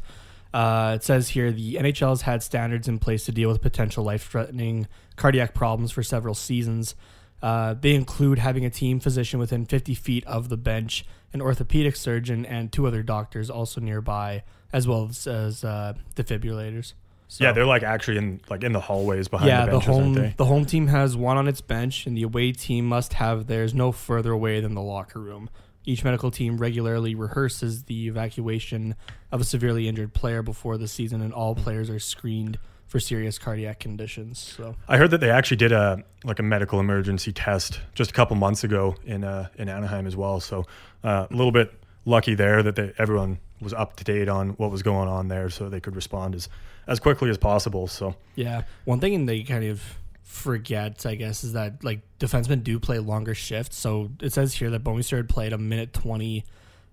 [SPEAKER 3] Uh, it says here the NHL has had standards in place to deal with potential life-threatening cardiac problems for several seasons. Uh, they include having a team physician within 50 feet of the bench, an orthopedic surgeon, and two other doctors also nearby, as well as, as uh, defibrillators. So,
[SPEAKER 1] yeah, they're like actually in like in the hallways behind
[SPEAKER 3] yeah,
[SPEAKER 1] the
[SPEAKER 3] the,
[SPEAKER 1] benches, aren't
[SPEAKER 3] home
[SPEAKER 1] they?
[SPEAKER 3] the home team has one on its bench, and the away team must have theirs no further away than the locker room. Each medical team regularly rehearses the evacuation of a severely injured player before the season, and all players are screened for serious cardiac conditions. So
[SPEAKER 1] I heard that they actually did a like a medical emergency test just a couple months ago in uh, in Anaheim as well. So uh, a little bit lucky there that they, everyone was up to date on what was going on there, so they could respond as as quickly as possible. So
[SPEAKER 3] yeah, one thing they kind of forget, I guess, is that like defensemen do play longer shifts. So it says here that Bomeister had played a minute twenty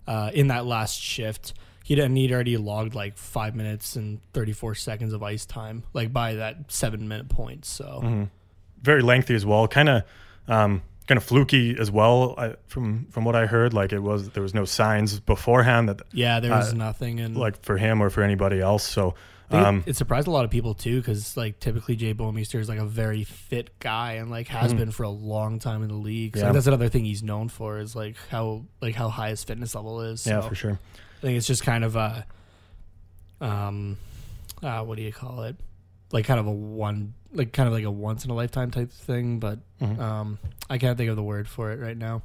[SPEAKER 3] uh, in that last shift. He didn't need already logged like five minutes and thirty four seconds of ice time, like by that seven minute point. So
[SPEAKER 1] Mm-hmm. very lengthy as well, kind of um, kind of fluky as well I, from from what I heard. Like it was there was no signs beforehand that
[SPEAKER 3] yeah, there was
[SPEAKER 1] Uh,
[SPEAKER 3] nothing, and like
[SPEAKER 1] like for him or for anybody else. So um,
[SPEAKER 3] it, it surprised a lot of people too, because like typically Jay Bomeister is like a very fit guy and like has been for a long time in the league. So
[SPEAKER 1] Mm-hmm. Yeah.
[SPEAKER 3] that's another thing he's known for is like how like how high his fitness level is.
[SPEAKER 1] yeah,
[SPEAKER 3] So-
[SPEAKER 1] for sure.
[SPEAKER 3] I think it's just kind of a, um, uh, what do you call it? Like kind of a one, like kind of like a once in a lifetime type thing. But
[SPEAKER 1] Mhm.
[SPEAKER 3] um, I can't think of the word for it right now.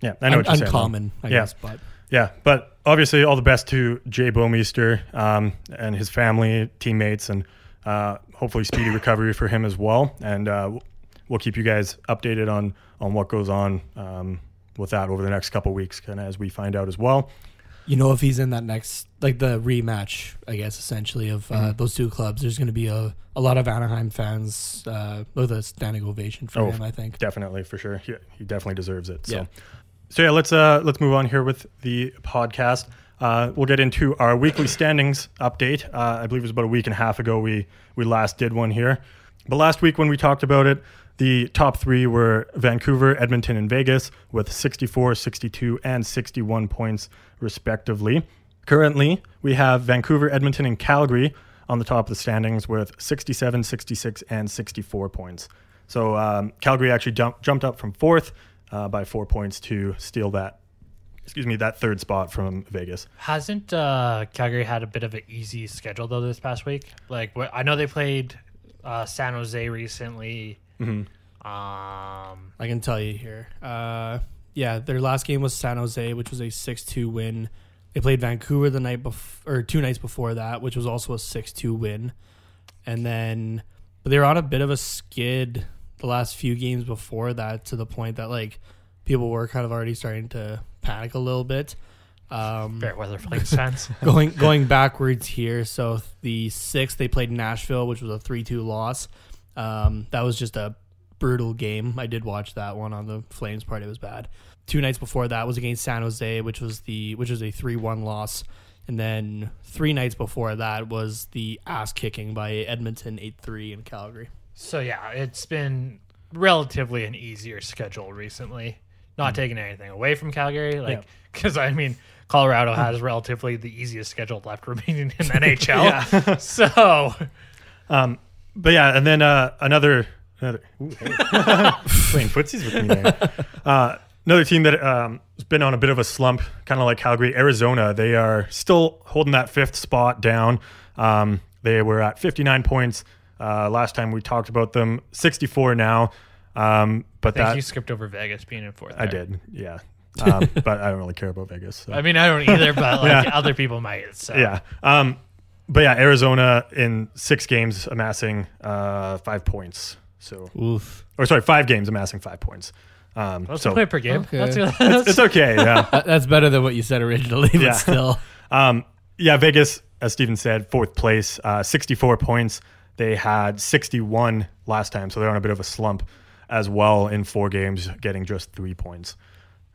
[SPEAKER 1] Yeah, I know
[SPEAKER 3] Un-
[SPEAKER 1] what you're saying. though.
[SPEAKER 3] uncommon, I
[SPEAKER 1] Yeah.
[SPEAKER 3] guess. But
[SPEAKER 1] Yeah, but obviously, all the best to Jay Bomeister um, and his family, teammates, and uh, hopefully speedy recovery for him as well. And uh, we'll keep you guys updated on on what goes on um, with that over the next couple weeks, kind of as we find out as well.
[SPEAKER 3] you know, if he's in that next, like the rematch, I guess essentially of uh,
[SPEAKER 1] Mm-hmm.
[SPEAKER 3] those two clubs, there's going to be a, a lot of Anaheim fans uh, with a standing ovation for
[SPEAKER 1] Oh,
[SPEAKER 3] him. I think.
[SPEAKER 1] Definitely, for sure, he, he definitely deserves it. So,
[SPEAKER 3] Yeah.
[SPEAKER 1] so yeah, let's uh, let's move on here with the podcast. Uh, we'll get into our weekly standings update. Uh, I believe it was about a week and a half ago we we last did one here. But last week when we talked about it, the top three were Vancouver, Edmonton, and Vegas with 64, 62, and 61 points respectively. Currently, we have Vancouver, Edmonton, and Calgary on the top of the standings with 67, 66, and 64 points. So um, Calgary actually jump, jumped up from fourth. uh, by four points to steal that, excuse me, that third spot from Vegas.
[SPEAKER 2] Hasn't uh, Calgary had a bit of an easy schedule though this past week? Like wh- I know they played uh, San Jose recently. Um,
[SPEAKER 3] I can tell you here. Uh, yeah, their last game was San Jose, which was a six-two win. They played Vancouver the night before, or two nights before that, which was also a six-two win. And then, but they were on a bit of a skid the last few games before that, to the point that like people were kind of already starting to panic a little bit. Um,
[SPEAKER 2] fair weather makes sense.
[SPEAKER 3] going going backwards here. So the sixth they played Nashville, which was a three two loss. Um, that was just a brutal game. I did watch that one on the Flames part. It was bad. Two nights before that was against San Jose, which was the which was a three one loss. And then three nights before that was the ass kicking by Edmonton eight three in Calgary.
[SPEAKER 2] So yeah, it's been relatively an easier schedule recently. Not
[SPEAKER 1] Hmm.
[SPEAKER 2] taking anything away from Calgary, like because I mean Colorado has relatively the easiest schedule left remaining in NHL. so
[SPEAKER 1] Um, But yeah, and then uh, another another ooh, hey. playing footsies with me there. Uh, another team that um, has been on a bit of a slump, kind of like Calgary, Arizona. They are still holding that fifth spot down. Um, they were at 59 points uh, last time we talked about them. 64 now, um, but
[SPEAKER 2] I think
[SPEAKER 1] that
[SPEAKER 2] you skipped over Vegas being in fourth.
[SPEAKER 1] I
[SPEAKER 2] there.
[SPEAKER 1] did, yeah. Um, but I don't really care about Vegas. So.
[SPEAKER 2] I mean, I don't either, but like other people might. So
[SPEAKER 1] yeah. Um, but yeah, Arizona in six games amassing uh, five points. So
[SPEAKER 3] Oof.
[SPEAKER 1] or sorry, five games amassing five points. Um,
[SPEAKER 2] That's
[SPEAKER 1] so
[SPEAKER 2] a point per game.
[SPEAKER 3] Okay.
[SPEAKER 2] That's, that's,
[SPEAKER 1] it's okay. Yeah.
[SPEAKER 3] That's better than what you said originally, but
[SPEAKER 1] Yeah.
[SPEAKER 3] still.
[SPEAKER 1] um, yeah. Vegas, as Steven said, fourth place, uh, 64 points. They had 61 last time, so they're on a bit of a slump as well in four games, getting just three points.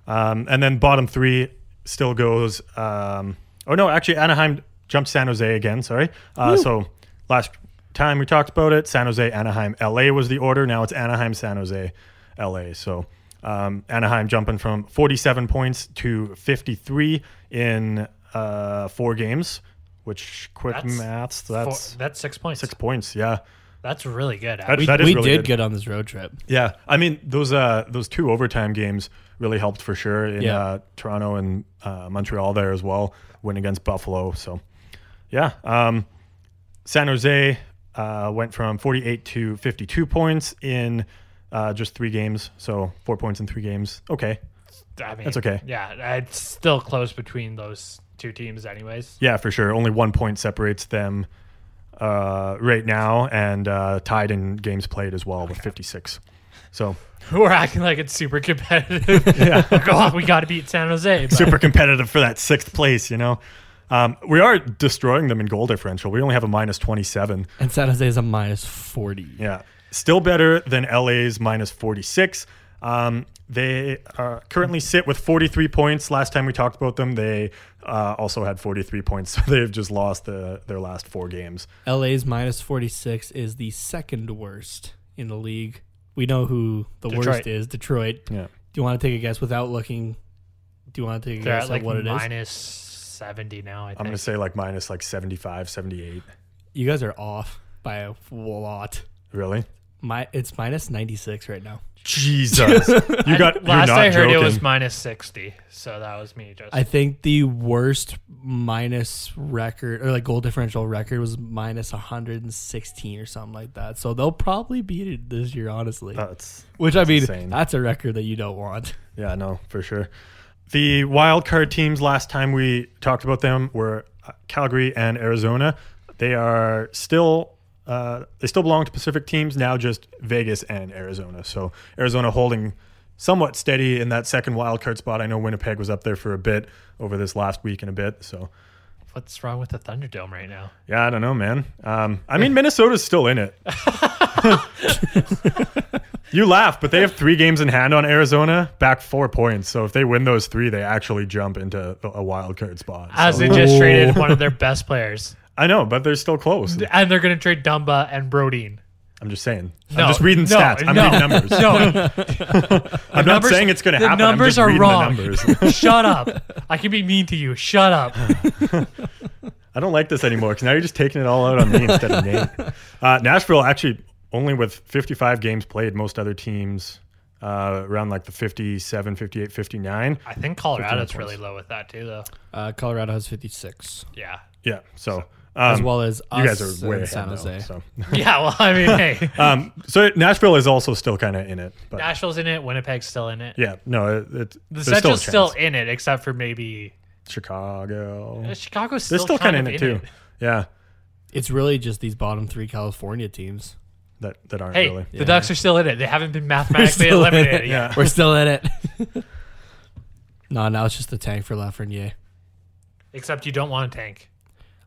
[SPEAKER 1] Um, and then bottom three still goes. Um, oh no, actually Anaheim jumped San Jose again. Sorry. Uh, so last time we talked about it, San Jose, Anaheim, LA was the order. Now it's Anaheim, San Jose, LA. So um, Anaheim jumping from 47 points to 53 in uh, four games. Which quick
[SPEAKER 2] That's
[SPEAKER 1] maths?
[SPEAKER 2] four,
[SPEAKER 1] That's
[SPEAKER 2] that's six points.
[SPEAKER 1] six points. Yeah.
[SPEAKER 2] That's really good.
[SPEAKER 1] That-
[SPEAKER 3] We,
[SPEAKER 1] that is
[SPEAKER 3] we
[SPEAKER 1] really
[SPEAKER 3] did
[SPEAKER 1] good.
[SPEAKER 3] good on this road trip.
[SPEAKER 1] Yeah, I mean those uh those two overtime games really helped for sure in
[SPEAKER 3] Yeah.
[SPEAKER 1] uh, Toronto and uh, Montreal there as well. Win against Buffalo, so yeah. Um, San Jose uh, went from 48 to 52 points in uh, just three games, so four points in three games. Okay,
[SPEAKER 2] I mean,
[SPEAKER 1] that's okay.
[SPEAKER 2] Yeah, it's still close between those two teams, anyways.
[SPEAKER 1] yeah, for sure. Only one point separates them uh, right now, and uh, tied in games played as well with 56. So
[SPEAKER 2] We're acting like it's super competitive. Like, oh, we got to beat San Jose. But
[SPEAKER 1] super competitive for that sixth place, you know. Um, we are destroying them in goal differential. We only have a minus 27.
[SPEAKER 3] And San Jose is a minus 40.
[SPEAKER 1] Yeah. Still better than LA's minus 46. Um, they uh, currently sit with 43 points. Last time we talked about them, they uh, also had 43 points. So they've just lost the, their last four games.
[SPEAKER 3] LA's minus 46 is the second worst in the league. We know who the
[SPEAKER 2] Detroit.
[SPEAKER 3] worst is Detroit.
[SPEAKER 1] Yeah.
[SPEAKER 3] Do you want to take a guess without looking? Do you want to take a
[SPEAKER 2] they're
[SPEAKER 3] guess
[SPEAKER 2] at like
[SPEAKER 3] at what it is?
[SPEAKER 2] minus seventy now. I
[SPEAKER 1] I'm
[SPEAKER 2] think.
[SPEAKER 1] going to say like minus like 75, 78.
[SPEAKER 3] You guys are off by a lot.
[SPEAKER 1] Really?
[SPEAKER 3] My it's minus 96 right now.
[SPEAKER 1] Jesus. You got, you're
[SPEAKER 2] Last
[SPEAKER 1] not
[SPEAKER 2] I heard,
[SPEAKER 1] joking.
[SPEAKER 2] it was minus sixty. So that was me. Just
[SPEAKER 3] I think the worst minus record or like goal differential record was minus 116 or something like that. So they'll probably beat it this year, honestly.
[SPEAKER 1] That's
[SPEAKER 3] Which I mean,
[SPEAKER 1] insane.
[SPEAKER 3] that's a record that you don't want.
[SPEAKER 1] Yeah, no, for sure. The wild card teams last time we talked about them were uh, Calgary and Arizona. They are still uh, they still belong to Pacific teams now, just Vegas and Arizona. So Arizona holding somewhat steady in that second wild card spot. I know Winnipeg was up there for a bit over this last week and a bit. So
[SPEAKER 2] what's wrong with the Thunderdome right now?
[SPEAKER 1] yeah, I don't know, man. Um, I mean, Minnesota's still in it. you laugh, but they have three games in hand on Arizona, back four points. So if they win those three, they actually jump into a- a wild card spot.
[SPEAKER 2] As
[SPEAKER 1] So-
[SPEAKER 2] they just
[SPEAKER 3] Ooh.
[SPEAKER 2] traded one of their best players,
[SPEAKER 1] I know, but they're still close.
[SPEAKER 2] and they're going to trade Dumba and Brodeen.
[SPEAKER 1] I'm just saying.
[SPEAKER 2] No,
[SPEAKER 1] I'm just reading
[SPEAKER 2] no,
[SPEAKER 1] stats. I'm
[SPEAKER 2] no,
[SPEAKER 1] reading numbers.
[SPEAKER 2] No,
[SPEAKER 1] I'm not
[SPEAKER 2] numbers-
[SPEAKER 1] saying it's going to
[SPEAKER 2] the
[SPEAKER 1] happen. I'm
[SPEAKER 2] numbers
[SPEAKER 1] just
[SPEAKER 2] are
[SPEAKER 1] reading the
[SPEAKER 2] wrong.
[SPEAKER 1] numbers.
[SPEAKER 2] shut up. I can be mean to you. Shut up.
[SPEAKER 1] I don't like this anymore because now you're just taking it all out on me instead of Nate. Uh, Nashville actually only with 55 games played. Most other teams uh, around like the 57, 58, 59.
[SPEAKER 2] I think Colorado's
[SPEAKER 1] 59
[SPEAKER 2] really low with that too, though.
[SPEAKER 3] Uh, Colorado has 56,
[SPEAKER 2] Yeah.
[SPEAKER 1] Yeah. So, um,
[SPEAKER 3] as well as us
[SPEAKER 1] you guys are way
[SPEAKER 3] and
[SPEAKER 1] ahead.
[SPEAKER 3] San
[SPEAKER 1] though,
[SPEAKER 3] Jose.
[SPEAKER 1] so.
[SPEAKER 2] Yeah. Well, I mean, hey,
[SPEAKER 1] um, so Nashville is also still kind of in it. But
[SPEAKER 2] Nashville's in it. Winnipeg's still in it.
[SPEAKER 1] yeah, no, it, it,
[SPEAKER 2] The
[SPEAKER 1] there's
[SPEAKER 2] Central's
[SPEAKER 1] still,
[SPEAKER 2] still,
[SPEAKER 1] a chance.
[SPEAKER 2] in it, except for maybe
[SPEAKER 1] Chicago.
[SPEAKER 2] uh, Chicago's still,
[SPEAKER 1] They're still
[SPEAKER 2] kind
[SPEAKER 1] kind of in it too. Yeah,
[SPEAKER 3] It's really just these bottom three California teams.
[SPEAKER 1] that that aren't
[SPEAKER 2] Hey,
[SPEAKER 1] really.
[SPEAKER 2] the Ducks are still in it. They haven't been mathematically
[SPEAKER 3] still in it,
[SPEAKER 2] eliminated yet.
[SPEAKER 1] Yeah.
[SPEAKER 3] We're still in it. no, now it's just the tank for Lafreniere.
[SPEAKER 2] Except you don't want a tank.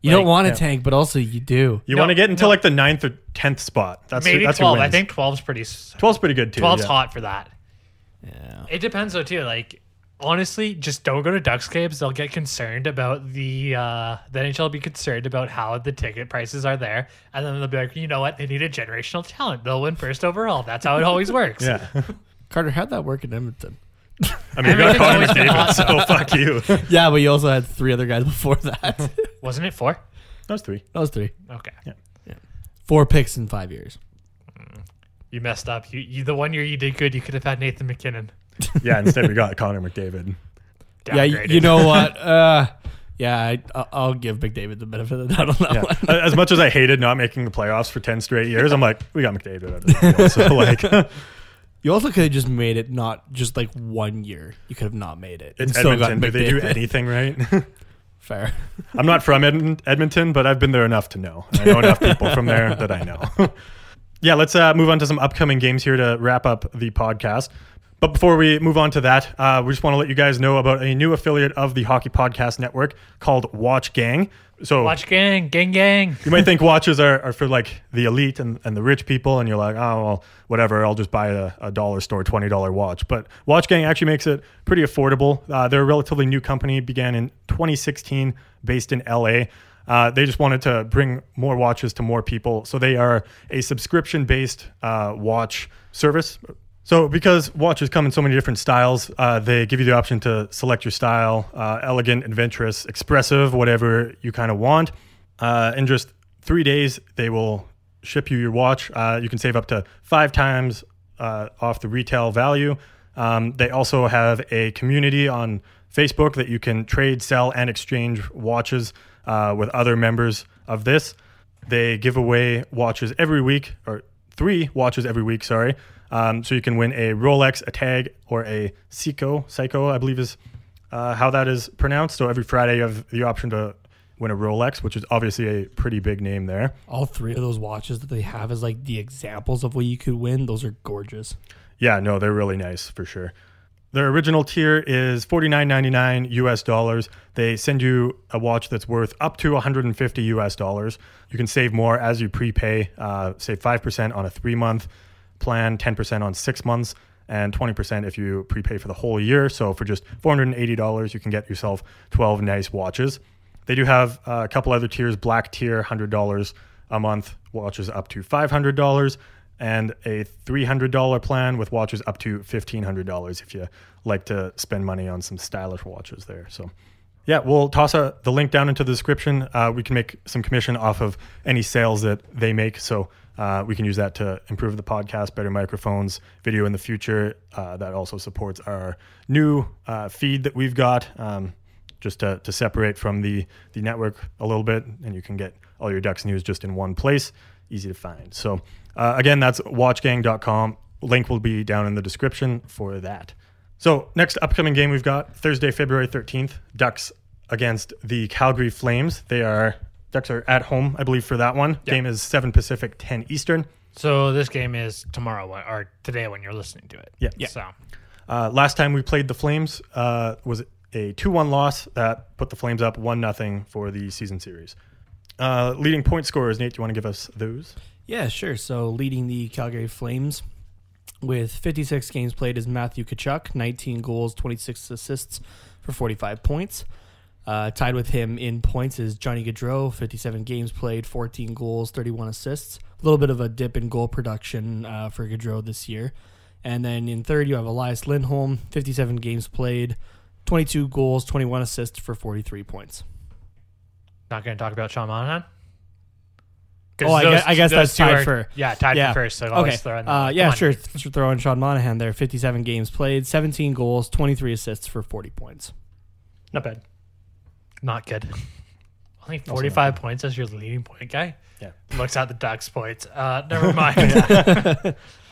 [SPEAKER 3] You
[SPEAKER 2] Like,
[SPEAKER 3] don't want a
[SPEAKER 1] yeah.
[SPEAKER 3] tank, but also you do.
[SPEAKER 1] You
[SPEAKER 2] No,
[SPEAKER 1] want to get into
[SPEAKER 2] no.
[SPEAKER 1] like the ninth or tenth spot. That's
[SPEAKER 2] Maybe
[SPEAKER 1] that's who
[SPEAKER 2] 12. I
[SPEAKER 1] wins.
[SPEAKER 2] think 12's pretty. s-
[SPEAKER 1] 12's pretty good too.
[SPEAKER 2] 12's
[SPEAKER 1] yeah.
[SPEAKER 2] hot for that.
[SPEAKER 3] Yeah.
[SPEAKER 2] It depends though too. Like honestly, just don't go to Ducks games. They'll get concerned about the uh, the NHL. Will be concerned about how the ticket prices are there, and then they'll be like, you know what? They need a generational talent. Theyll win first overall. That's how it always works.
[SPEAKER 1] Yeah,
[SPEAKER 3] Carter, how'd that work in Edmonton?
[SPEAKER 1] I mean, we got
[SPEAKER 2] Everything's
[SPEAKER 1] Connor
[SPEAKER 2] always been
[SPEAKER 1] McDavid,
[SPEAKER 2] hot.
[SPEAKER 1] so fuck you. that
[SPEAKER 3] yeah, but you also had three other guys before that. that
[SPEAKER 2] Wasn't it four?
[SPEAKER 1] was three.
[SPEAKER 3] was three.
[SPEAKER 2] Okay,
[SPEAKER 3] Four picks in five years.
[SPEAKER 2] you messed up. You, you the one year you did good, you could have had Nathan McKinnon.
[SPEAKER 1] Yeah, instead we got Connor McDavid.
[SPEAKER 3] Yeah, you,
[SPEAKER 2] downgraded.
[SPEAKER 3] you know what? Uh, yeah, I, I- I'll give McDavid the benefit of the doubt on that
[SPEAKER 1] Yeah.
[SPEAKER 3] one.
[SPEAKER 1] A- As much as I hated not making the playoffs for ten straight years, I'm like, we got McDavid. Out of the deal. So like,
[SPEAKER 3] You also could have just made it not just like one year. You could have not made it. and
[SPEAKER 1] it's
[SPEAKER 3] still got
[SPEAKER 1] Edmonton. Do they do
[SPEAKER 3] McDavid.
[SPEAKER 1] anything right?
[SPEAKER 3] Fair.
[SPEAKER 1] I'm not from Edmon- Edmonton, but I've been there enough to know. I know enough people from there that I know. yeah, let's uh, move on to some upcoming games here to wrap up the podcast. But before we move on to that, uh, we just want to let you guys know about a new affiliate of the Hockey Podcast Network called Watch Gang. So
[SPEAKER 2] Watch gang, gang, gang.
[SPEAKER 1] you might think watches are, are for like the elite and, and the rich people, and you're like, oh, well, whatever, I'll just buy a, a dollar store $20 watch. But Watch Gang actually makes it pretty affordable. Uh, they're a relatively new company, began in 2016, based in LA. Uh, they just wanted to bring more watches to more people. So they are a subscription based uh, watch service. So, because watches come in so many different styles, uh, they give you the option to select your style uh, elegant, adventurous, expressive, whatever you kind of want. Uh, in just three days, they will ship you your watch. Uh, you can save up to five times uh, off the retail value. Um, they also have a community on Facebook that you can trade, sell, and exchange watches uh, with other members of this. They give away watches every week, or three watches every week, sorry. Um, so you can win a Rolex, a Tag, or a Seiko. Seiko, I believe, is uh, how that is pronounced. So every Friday, you have the option to win a Rolex, which is obviously a pretty big name there.
[SPEAKER 3] All three of those watches that they have as like the examples of what you could win. Those are gorgeous.
[SPEAKER 1] Yeah, no, they're really nice for sure. Their original tier is forty nine ninety nine US dollars. They send you a watch that's worth up to 150 US dollars. You can save more as you prepay, uh, save 5% on a three month plan, 10% on six months, and 20% if you prepay for the whole year. So for just $480, you can get yourself 12 nice watches. They do have uh, a couple other tiers black tier, $100 a month, watches up to $500, and a $300 plan with watches up to $1,500 if you like to spend money on some stylish watches there. So, yeah, we'll toss uh the link down into the description. Uh, we can make some commission off of any sales that they make. So, uh, we can use that to improve the podcast, better microphones, video in the future. Uh, that also supports our new uh, feed that we've got. Um, just to, to separate from the, the network a little bit, and you can get all your Ducks news just in one place, easy to find. So, uh, again, that's watchgang.com. Link will be down in the description for that. So, next upcoming game we've got Thursday, February 13th, Ducks against the Calgary Flames. They are, Ducks are at home, I believe, for that one. Game is 7 Pacific, 10 Eastern.
[SPEAKER 2] So this game is tomorrow when- or today when you're listening to it.
[SPEAKER 1] Yeah. Yeah.
[SPEAKER 2] So
[SPEAKER 1] Uh, last time we played the Flames uh, was a 2 1 loss that put the Flames up 1 0 for the season series. Uh, leading point scorers, Nate, do you want to give us those?
[SPEAKER 3] Yeah, sure. So leading the Calgary Flames with 56 games played is Matthew Kachuk, 19 goals, 26 assists for 45 points. Uh, tied with him in points is Johnny Gaudreau, 57 games played, 14 goals, 31 assists. A little bit of a dip in goal production uh, for Gaudreau this year. And then in third, you have Elias Lindholm, 57 games played, 22 goals, 21 assists for 43 points.
[SPEAKER 2] not going to talk about Sean Monahan. 'cause
[SPEAKER 3] Oh, I
[SPEAKER 2] those-
[SPEAKER 3] guess- I guess
[SPEAKER 2] those
[SPEAKER 3] that's
[SPEAKER 2] two
[SPEAKER 3] tied
[SPEAKER 2] are-
[SPEAKER 3] for-
[SPEAKER 2] yeah, tied
[SPEAKER 3] yeah.
[SPEAKER 2] for first. So
[SPEAKER 3] Okay.
[SPEAKER 2] always throw in that.
[SPEAKER 3] Uh, yeah,
[SPEAKER 2] Come on.
[SPEAKER 3] sure. Th- throw in Sean Monahan there. 57 games played, 17 goals, 23 assists for 40 points.
[SPEAKER 4] Not bad.
[SPEAKER 2] Not good. Only 45 points as your leading point guy.
[SPEAKER 4] Yeah.
[SPEAKER 2] Looks out the Ducks points. Uh, never mind.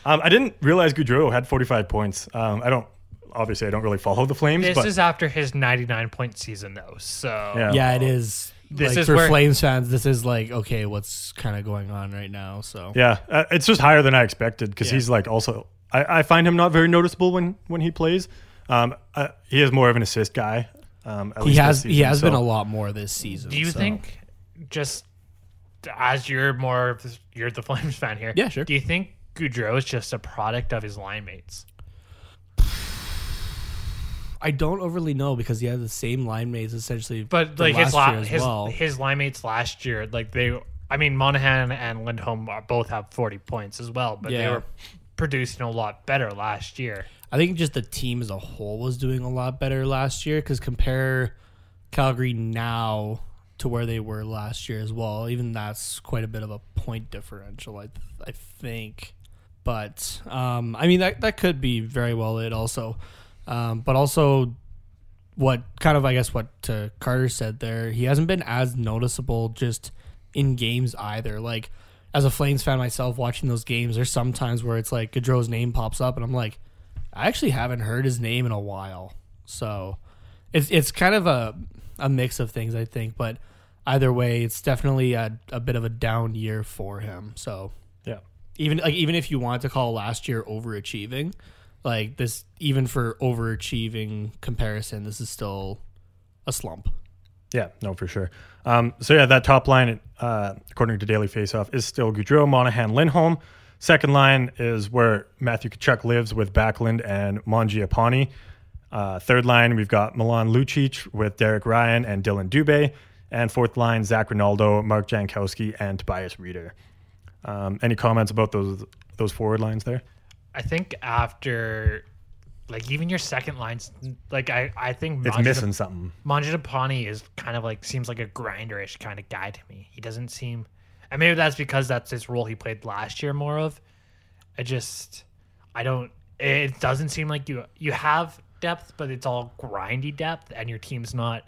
[SPEAKER 1] Um, I didn't realize Goudreau had 45 points. Um, I don't, obviously, I don't really follow the Flames,
[SPEAKER 2] This
[SPEAKER 1] but
[SPEAKER 2] is after his 99 point season, though. So
[SPEAKER 1] Yeah.
[SPEAKER 3] Yeah, it is.
[SPEAKER 2] Oh. This
[SPEAKER 3] like,
[SPEAKER 2] is
[SPEAKER 3] for
[SPEAKER 2] where-
[SPEAKER 3] Flames fans. This is like okay, what's kind of going on right now? So
[SPEAKER 1] yeah, uh, it's just higher than I expected because
[SPEAKER 3] Yeah.
[SPEAKER 1] he's like also, I, I find him not very noticeable when, when he plays. Um, uh, he is more of an assist guy. Um, at
[SPEAKER 3] he
[SPEAKER 1] least this
[SPEAKER 3] has he
[SPEAKER 1] season,
[SPEAKER 3] has been
[SPEAKER 1] so-
[SPEAKER 3] a lot more this season.
[SPEAKER 2] do you
[SPEAKER 3] so-
[SPEAKER 2] think just as you're more of this- you're the Flames fan here?
[SPEAKER 3] Yeah, sure.
[SPEAKER 2] Do you think Goudreau is just a product of his line mates?
[SPEAKER 3] I don't overly know because he had the same line mates essentially,
[SPEAKER 2] But
[SPEAKER 3] the
[SPEAKER 2] like his
[SPEAKER 3] last
[SPEAKER 2] la-
[SPEAKER 3] year as
[SPEAKER 2] his
[SPEAKER 3] well.
[SPEAKER 2] his line mates last year, like they, I mean Monahan and Lindholm are both have 40 points as well, but they
[SPEAKER 3] Yeah.
[SPEAKER 2] were producing a lot better last year.
[SPEAKER 3] I think just the team as a whole was doing a lot better last year because compare Calgary now to where they were last year as well. Even that's quite a bit of a point differential, I, I think. But um, I mean that that could be very well it also, um, but also what kind of I guess what uh, Carter said there. He hasn't been as noticeable just in games either. Like as a Flames fan myself, watching those games, there's some times where it's like Gaudreau's name pops up, and I'm like, I actually haven't heard his name in a while. So it's it's kind of a a mix of things I think, but either way, it's definitely a, a bit of a down year for him. So
[SPEAKER 1] Yeah.
[SPEAKER 3] even like even if you want to call last year overachieving, like this even for overachieving comparison, this is still a slump.
[SPEAKER 1] Yeah, no, for sure. Um, so yeah, that top line, uh, according to Daily Faceoff, is still Goudreau, Monahan, Lindholm. Second line is where Matthew Kachuk lives with Backlund and Mangiapane. Uh, third line, we've got Milan Lucic with Derek Ryan and Dylan Dubé. And fourth line, Zach Ronaldo, Mark Jankowski, and Tobias Reeder. Um, any comments about those those forward lines there?
[SPEAKER 2] I think after like even your second lines, like I I think
[SPEAKER 1] It's
[SPEAKER 2] Mangiapane-
[SPEAKER 1] missing something.
[SPEAKER 2] Mangiapane is kind of like seems like a grinderish kind of guy to me. He doesn't seem, and maybe that's because that's his role he played last year more of. I just I don't. It doesn't seem like you you have depth, but it's all grindy depth, and your team's not.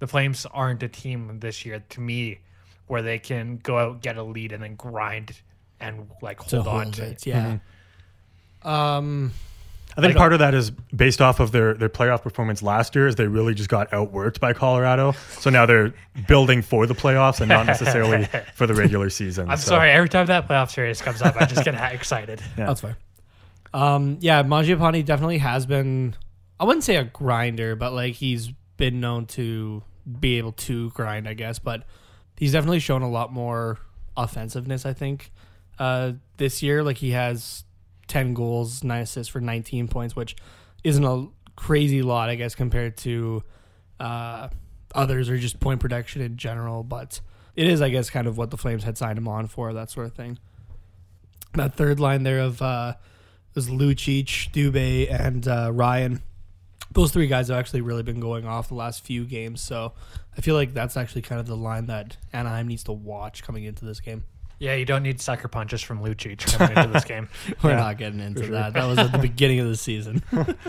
[SPEAKER 2] The Flames aren't a team this year to me where they can go out get a lead and then grind and like
[SPEAKER 3] To
[SPEAKER 2] hold on
[SPEAKER 3] hold
[SPEAKER 2] to
[SPEAKER 3] it, yeah. Um,
[SPEAKER 1] I think part of that is based off of their their playoff performance last year, is they really just got outworked by Colorado. So now they're building for the playoffs and not necessarily for the regular season.
[SPEAKER 2] I'm
[SPEAKER 1] So,
[SPEAKER 2] sorry. Every time that playoff series comes up, I just get excited.
[SPEAKER 1] Yeah.
[SPEAKER 3] That's fair. Um, yeah, Mangiapane definitely has been. I wouldn't say a grinder, but like he's been known to be able to grind, I guess. But he's definitely shown a lot more offensiveness. I think uh, this year, like he has ten goals, nine assists for nineteen points, which isn't a crazy lot, I guess, compared to uh, others or just point production in general. But it is, I guess, kind of what the Flames had signed him on for, that sort of thing that third line there of uh, was Lucic, Dubé, and uh, Ryan. Those three guys have actually really been going off the last few games, so I feel like that's actually kind of the line that Anaheim needs to watch coming into this game.
[SPEAKER 2] Yeah, you don't need sucker punches from Lucic coming into this game.
[SPEAKER 3] We're not getting into that. That was at the beginning of the season.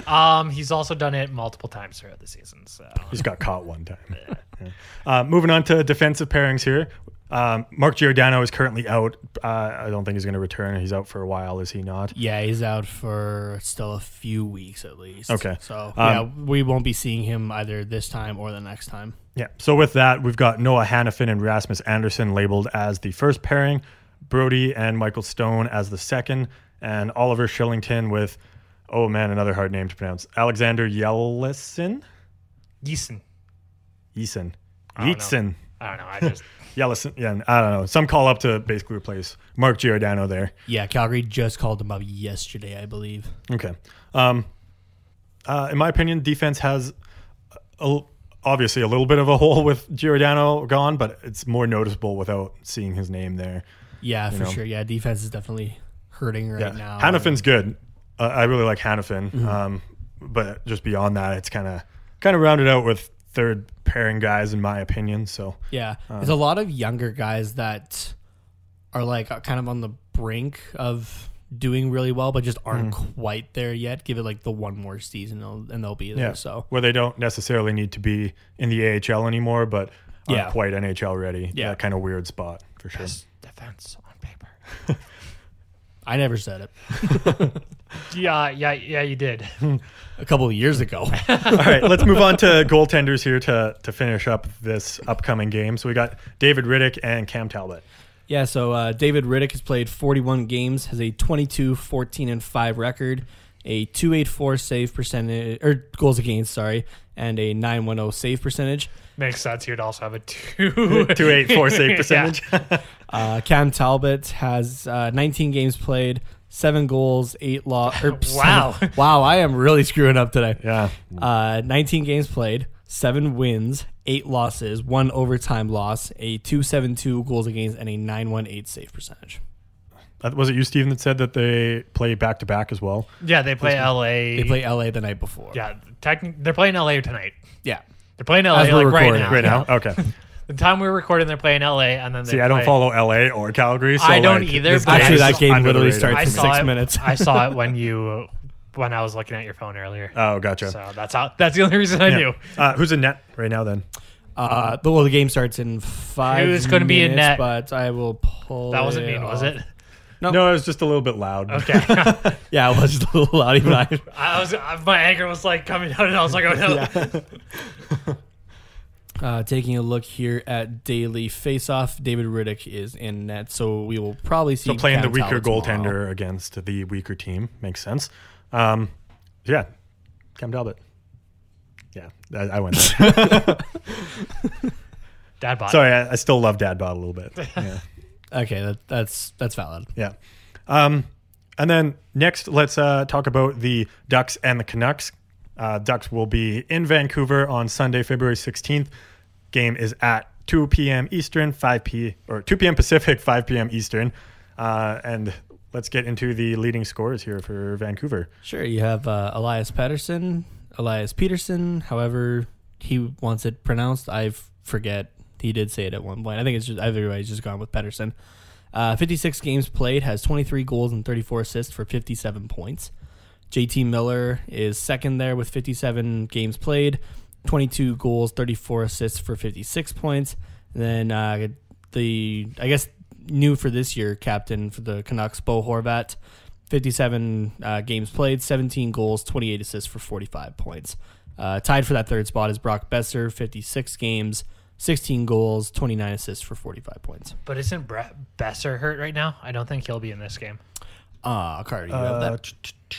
[SPEAKER 2] Um, he's also done it multiple times throughout the season. So
[SPEAKER 1] Just got caught one time. Yeah. Uh, moving on to defensive pairings here. Um, Mark Giordano is currently out. Uh, I don't think he's going to return. He's out for a while, is he not?
[SPEAKER 3] yeah, he's out for still a few weeks at least.
[SPEAKER 1] Okay.
[SPEAKER 3] so
[SPEAKER 1] Um,
[SPEAKER 3] yeah, we won't be seeing him either this time or the next time.
[SPEAKER 1] Yeah. So with that, we've got Noah Hannafin and Rasmus Anderson labeled as the first pairing, Brody and Michael Stone as the second, and Oliver Shillington with, oh man, another hard name to pronounce, Alexander Yellison,
[SPEAKER 2] Yeason,
[SPEAKER 1] Yeason,
[SPEAKER 2] I don't know.
[SPEAKER 1] Yeatson,
[SPEAKER 2] I don't know. I just
[SPEAKER 1] Yellison. Yeah, I don't know. Some call up to basically replace Mark Giordano there.
[SPEAKER 3] Yeah, Calgary just called him up yesterday, I believe.
[SPEAKER 1] Okay. Um, uh, in my opinion, defense has a l obviously a little bit of a hole with Giordano gone, but it's more noticeable without seeing his name there.
[SPEAKER 3] Yeah, for
[SPEAKER 1] know.
[SPEAKER 3] sure. Yeah, defense is definitely hurting right now. Mm-hmm.
[SPEAKER 1] Hannafin's good. Uh, I really like Hannafin. Um, but just beyond that, it's kind of kind of rounded out with third pairing guys, in my opinion. So
[SPEAKER 3] Um, Yeah, there's a lot of younger guys that are like uh, kind of on the brink of doing really well, but just aren't quite there yet. Give it like the one more season, and they'll, and they'll be there.
[SPEAKER 1] Yeah.
[SPEAKER 3] So
[SPEAKER 1] where they don't necessarily need to be in the AHL anymore, but aren't
[SPEAKER 3] Yeah.
[SPEAKER 1] quite NHL ready.
[SPEAKER 3] Yeah.
[SPEAKER 1] That kind of weird spot for sure.
[SPEAKER 2] Best defense on paper.
[SPEAKER 3] I never said it
[SPEAKER 2] Yeah, yeah, yeah. You did.
[SPEAKER 3] a couple of years ago.
[SPEAKER 1] All right, let's move on to goaltenders here to to finish up this upcoming game. So we got David Riddick and Cam Talbot.
[SPEAKER 3] Yeah, so uh, David Riddick has played 41 games, has a 22 14 and 5 record, a 284 save percentage or goals against, sorry, and a 910 save percentage.
[SPEAKER 2] Makes sense. You'd also have a two.
[SPEAKER 1] Two eight four save percentage.
[SPEAKER 3] Uh, Cam Talbot has uh, 19 games played, 7 goals, 8 loss.
[SPEAKER 2] Wow.
[SPEAKER 3] wow, I am really screwing up today.
[SPEAKER 1] Yeah.
[SPEAKER 3] Uh, 19 games played, 7 wins, 8 losses, 1 overtime loss, a 272 goals against and a 918 save percentage.
[SPEAKER 1] Uh, Was it you, Steven, that said that they play back to back as well?
[SPEAKER 2] yeah, they play LA.
[SPEAKER 3] They play LA the night before.
[SPEAKER 2] Yeah, technically, they're playing LA tonight.
[SPEAKER 3] Yeah.
[SPEAKER 2] They're playing LA
[SPEAKER 3] As we're
[SPEAKER 2] like right
[SPEAKER 3] recording.
[SPEAKER 2] now.
[SPEAKER 1] Right now? Okay.
[SPEAKER 2] The time we're recording, they're playing LA, and then they
[SPEAKER 1] See, I don't
[SPEAKER 2] play-
[SPEAKER 1] follow LA or Calgary. So
[SPEAKER 2] I don't
[SPEAKER 1] like,
[SPEAKER 2] either,
[SPEAKER 1] this
[SPEAKER 2] but-
[SPEAKER 1] game's
[SPEAKER 2] Actually, that
[SPEAKER 1] just
[SPEAKER 3] game
[SPEAKER 1] under the
[SPEAKER 3] literally
[SPEAKER 1] radar.
[SPEAKER 3] starts
[SPEAKER 2] I
[SPEAKER 3] from
[SPEAKER 2] saw
[SPEAKER 3] six
[SPEAKER 2] it,
[SPEAKER 3] minutes.
[SPEAKER 2] I saw it when you when I was looking at your phone earlier.
[SPEAKER 1] Oh, gotcha.
[SPEAKER 2] so that's how. That's the only reason I
[SPEAKER 1] Yeah.
[SPEAKER 2] knew.
[SPEAKER 1] Uh, who's in net right now? Then
[SPEAKER 3] Uh, but well, the game starts in five.
[SPEAKER 2] Who's gonna be in
[SPEAKER 3] minutes,
[SPEAKER 2] net?
[SPEAKER 3] But I will pull.
[SPEAKER 2] That wasn't mean,
[SPEAKER 3] off.
[SPEAKER 2] was it?
[SPEAKER 3] Oh.
[SPEAKER 1] no, it was just a little bit loud.
[SPEAKER 2] Okay.
[SPEAKER 3] Yeah, it was just a little loud. Even I.
[SPEAKER 2] I was I, my anger was like coming out, and I was like, oh no.
[SPEAKER 3] Uh, taking a look here at daily face-off, David Riddick is in net, so we will probably see.
[SPEAKER 1] So playing the
[SPEAKER 3] Cam
[SPEAKER 1] weaker
[SPEAKER 3] Talbot tomorrow.
[SPEAKER 1] goaltender against the weaker team makes sense. Um, yeah, Cam Talbot. Yeah, I, I went. There.
[SPEAKER 2] Dad bot.
[SPEAKER 1] Sorry, I, I still love Dad Bod a little bit. Yeah,
[SPEAKER 3] Okay, that, that's that's valid.
[SPEAKER 1] yeah. Um, and then next, let's uh, talk about the Ducks and the Canucks. Uh, Ducks will be in Vancouver on Sunday, February sixteenth. Game is at two p.m. Eastern, five p. or two p.m. Pacific, five p.m. Eastern. Uh, and let's get into the leading scores here for Vancouver.
[SPEAKER 3] Sure, you have uh, Elias Patterson, Elias Peterson. However, he wants it pronounced. I f- forget. He did say it at one point. I think it's just everybody's just gone with Patterson. Uh, 56 games played, has 23 goals and 34 assists for 57 points. JT Miller is second there with 57 games played, 22 goals, 34 assists for 56 points. And then uh, the, I guess, new for this year captain for the Canucks, Bo Horvat, 57 uh, games played, 17 goals, 28 assists for 45 points. Uh, tied for that third spot is Brock Besser, 56 games, 16 goals, 29 assists for 45 points.
[SPEAKER 2] But isn't Brett Besser hurt right now? I don't think he'll be in this game.
[SPEAKER 3] Ah, Cardi, you have
[SPEAKER 1] Uh,
[SPEAKER 3] that.
[SPEAKER 1] t- t- t-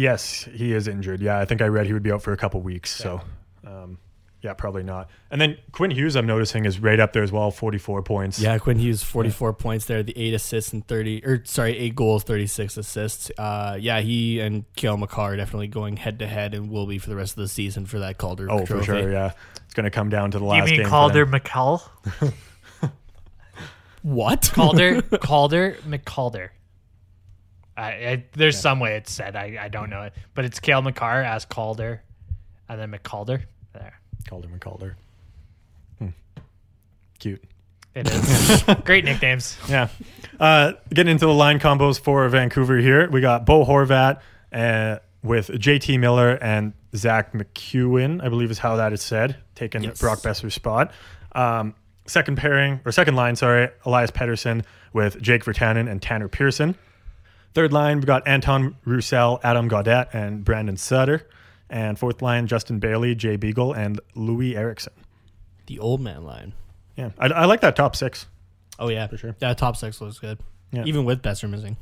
[SPEAKER 1] yes, he is injured. Yeah, I think I read he would be out for a couple weeks. So, um, yeah, probably not. And then Quinn Hughes, I'm noticing, is right up there as well, 44 points.
[SPEAKER 3] Yeah, Quinn Hughes, 44 points there, the eight assists and 30, or sorry, eight goals, 36 assists. Uh, yeah, he and Kale McCarr are definitely going head to head and will be for the rest of the season for that Calder
[SPEAKER 1] Oh,
[SPEAKER 3] trophy.
[SPEAKER 1] for sure. Yeah, it's going to come down to the last
[SPEAKER 2] you
[SPEAKER 1] game.
[SPEAKER 2] mean
[SPEAKER 1] for
[SPEAKER 2] Calder
[SPEAKER 1] them.
[SPEAKER 2] McCall?
[SPEAKER 3] What?
[SPEAKER 2] Calder Calder McCalder. I, I, there's some way it's said. I, I don't know it, but it's Kale McCarr as Calder, and then McCalder. There,
[SPEAKER 1] Calder McCalder. Hmm. Cute.
[SPEAKER 2] it is. Great nicknames.
[SPEAKER 1] Yeah. Uh, getting into the line combos for Vancouver here. We got Bo Horvat uh, with JT Miller and Zach McEwen, I believe is how that is said, taking
[SPEAKER 3] Yes.
[SPEAKER 1] Brock Besser's spot. Um, second pairing, or second line, sorry, Elias Pettersson with Jake Vertanen and Tanner Pearson. Third line, we got Anton Roussel, Adam Gaudet, and Brandon Sutter. And fourth line, Justin Bailey, Jay Beagle, and Louis Erickson.
[SPEAKER 3] The old man line.
[SPEAKER 1] Yeah, I, I like that top six.
[SPEAKER 3] Oh, yeah. For
[SPEAKER 1] sure.
[SPEAKER 3] That top six looks good.
[SPEAKER 1] Yeah.
[SPEAKER 3] Even with Besser missing.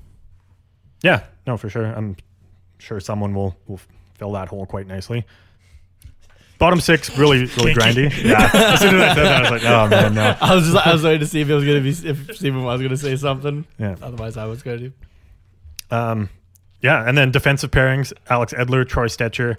[SPEAKER 1] Yeah, no, for sure. I'm sure someone will will fill that hole quite nicely. Bottom six, really, really grindy. Yeah. As soon as I said that, I was like, oh man, no.
[SPEAKER 3] I was just, I was waiting to see if it was gonna be if Stephen was gonna say something.
[SPEAKER 1] Yeah.
[SPEAKER 3] Otherwise, I was gonna do.
[SPEAKER 1] Um, yeah, and then defensive pairings: Alex Edler, Troy Stetcher.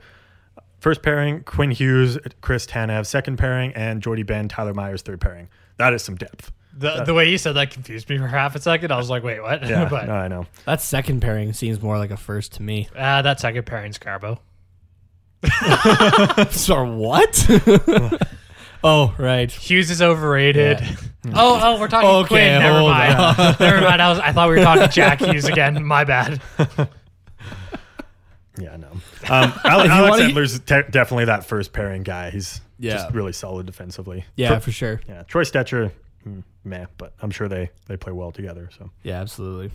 [SPEAKER 1] First pairing: Quinn Hughes, Chris Tanev. Second pairing: and Jordy Ben, Tyler Myers. Third pairing. That is some depth.
[SPEAKER 2] The, the way you said that confused me for half a second. I was like, wait, what?
[SPEAKER 1] Yeah,
[SPEAKER 2] but
[SPEAKER 1] no, I know.
[SPEAKER 3] That second pairing seems more like a first to me.
[SPEAKER 2] uh, that second pairing's Carbo.
[SPEAKER 3] so what? oh right.
[SPEAKER 2] Hughes is overrated.
[SPEAKER 3] Yeah.
[SPEAKER 2] Oh, oh, we're talking
[SPEAKER 3] Okay,
[SPEAKER 2] Quinn. Never
[SPEAKER 3] hold
[SPEAKER 2] mind. Never mind. I, was, I thought we were talking Jack Hughes again. My bad.
[SPEAKER 1] Yeah, I know. Um, Ale-
[SPEAKER 3] you
[SPEAKER 1] Alex
[SPEAKER 3] wanna-
[SPEAKER 1] Edler's de- definitely that first pairing guy. He's
[SPEAKER 3] Yeah.
[SPEAKER 1] just really solid defensively.
[SPEAKER 3] Yeah,
[SPEAKER 1] Tro-
[SPEAKER 3] for sure.
[SPEAKER 1] yeah. Troy Stetcher, mm, meh, but I'm sure they they play well together. So,
[SPEAKER 3] Yeah, absolutely.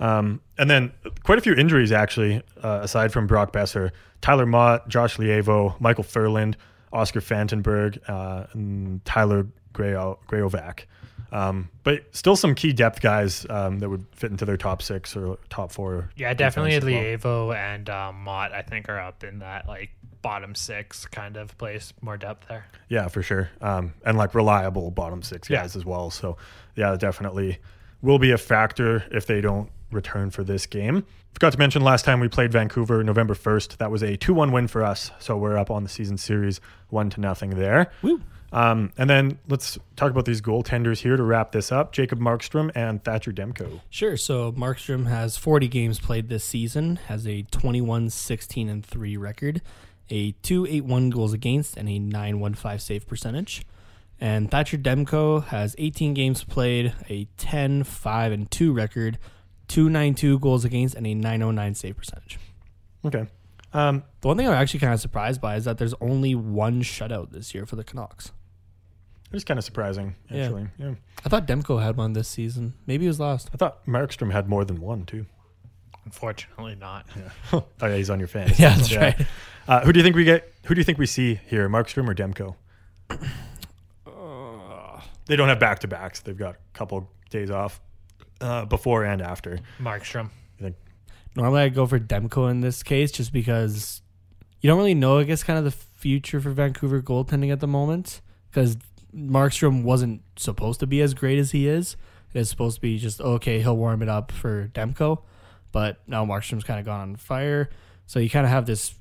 [SPEAKER 1] um, and then quite a few injuries actually, uh, aside from Brock Besser, Tyler Mott, Josh Lievo, Michael Furland, Oscar Fantenberg, uh, and Tyler Grayo- Grayovac. Um, but still some key depth guys um, that would fit into their top six or top four.
[SPEAKER 2] Yeah, definitely
[SPEAKER 1] defense as well.
[SPEAKER 2] Lievo and um, Mott. I think are up in that like bottom six kind of place. More depth there.
[SPEAKER 1] Yeah, for sure. Um, and like reliable bottom six
[SPEAKER 2] Yeah.
[SPEAKER 1] guys as well. So yeah, definitely will be a factor if they don't return for this game. Forgot to mention last time we played Vancouver November 1st. That was a 2 1 win for us. So we're up on the season series 1 to nothing there.
[SPEAKER 3] Woo.
[SPEAKER 1] Um, and then let's talk about these goaltenders here to wrap this up Jacob Markstrom and Thatcher Demko.
[SPEAKER 3] Sure. So Markstrom has 40 games played this season, has a 21 16 and 3 record, a 281 goals against, and a 915 save percentage. And Thatcher Demko has 18 games played, a 10 5 and 2 record, 292 goals against, and a 909 save percentage.
[SPEAKER 1] Okay. Um,
[SPEAKER 3] The one thing I'm actually kind of surprised by is that there's only one shutout this year for the Canucks.
[SPEAKER 1] it was kind of surprising,
[SPEAKER 3] Yeah.
[SPEAKER 1] actually. yeah.
[SPEAKER 3] I thought Demko had one this season. Maybe he was last.
[SPEAKER 1] I thought Markstrom had more than one, too.
[SPEAKER 2] Unfortunately, not.
[SPEAKER 1] oh yeah, he's on your fantasy.
[SPEAKER 3] Yeah, that's right.
[SPEAKER 1] Uh, who do you think we get? Who do you think we see here? Markstrom or Demko?
[SPEAKER 3] Uh.
[SPEAKER 1] They don't have back to backs. They've got a couple days off uh, before and after.
[SPEAKER 2] Markstrom.
[SPEAKER 1] I think
[SPEAKER 3] Normally, I go for Demko in this case, just because you don't really know. I guess kind of the future for Vancouver goaltending at the moment, because Markstrom wasn't supposed to be as great as he is. It is supposed to be just okay. He'll warm it up for Demko, but now Markstrom's kind of gone on fire. So you kind of have this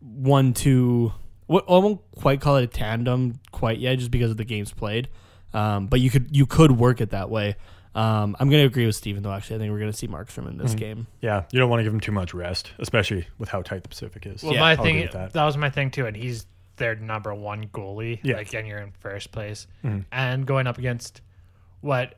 [SPEAKER 3] one-two. What I won't quite call it a tandem quite yet, just because of the games played. Um, but you could you could work it that way. Um, I'm gonna agree with Steven though. Actually, I think we're gonna see Markstrom in this game.
[SPEAKER 1] yeah, you don't want to give him too much rest, especially with how tight the Pacific is.
[SPEAKER 2] Well,
[SPEAKER 3] Yeah,
[SPEAKER 2] my
[SPEAKER 1] I'll agree
[SPEAKER 2] thing
[SPEAKER 1] with that.
[SPEAKER 2] that. was my thing too, and he's their number one goalie.
[SPEAKER 1] Yeah. Mm-hmm.
[SPEAKER 2] Like, and you're in first place, and going up against what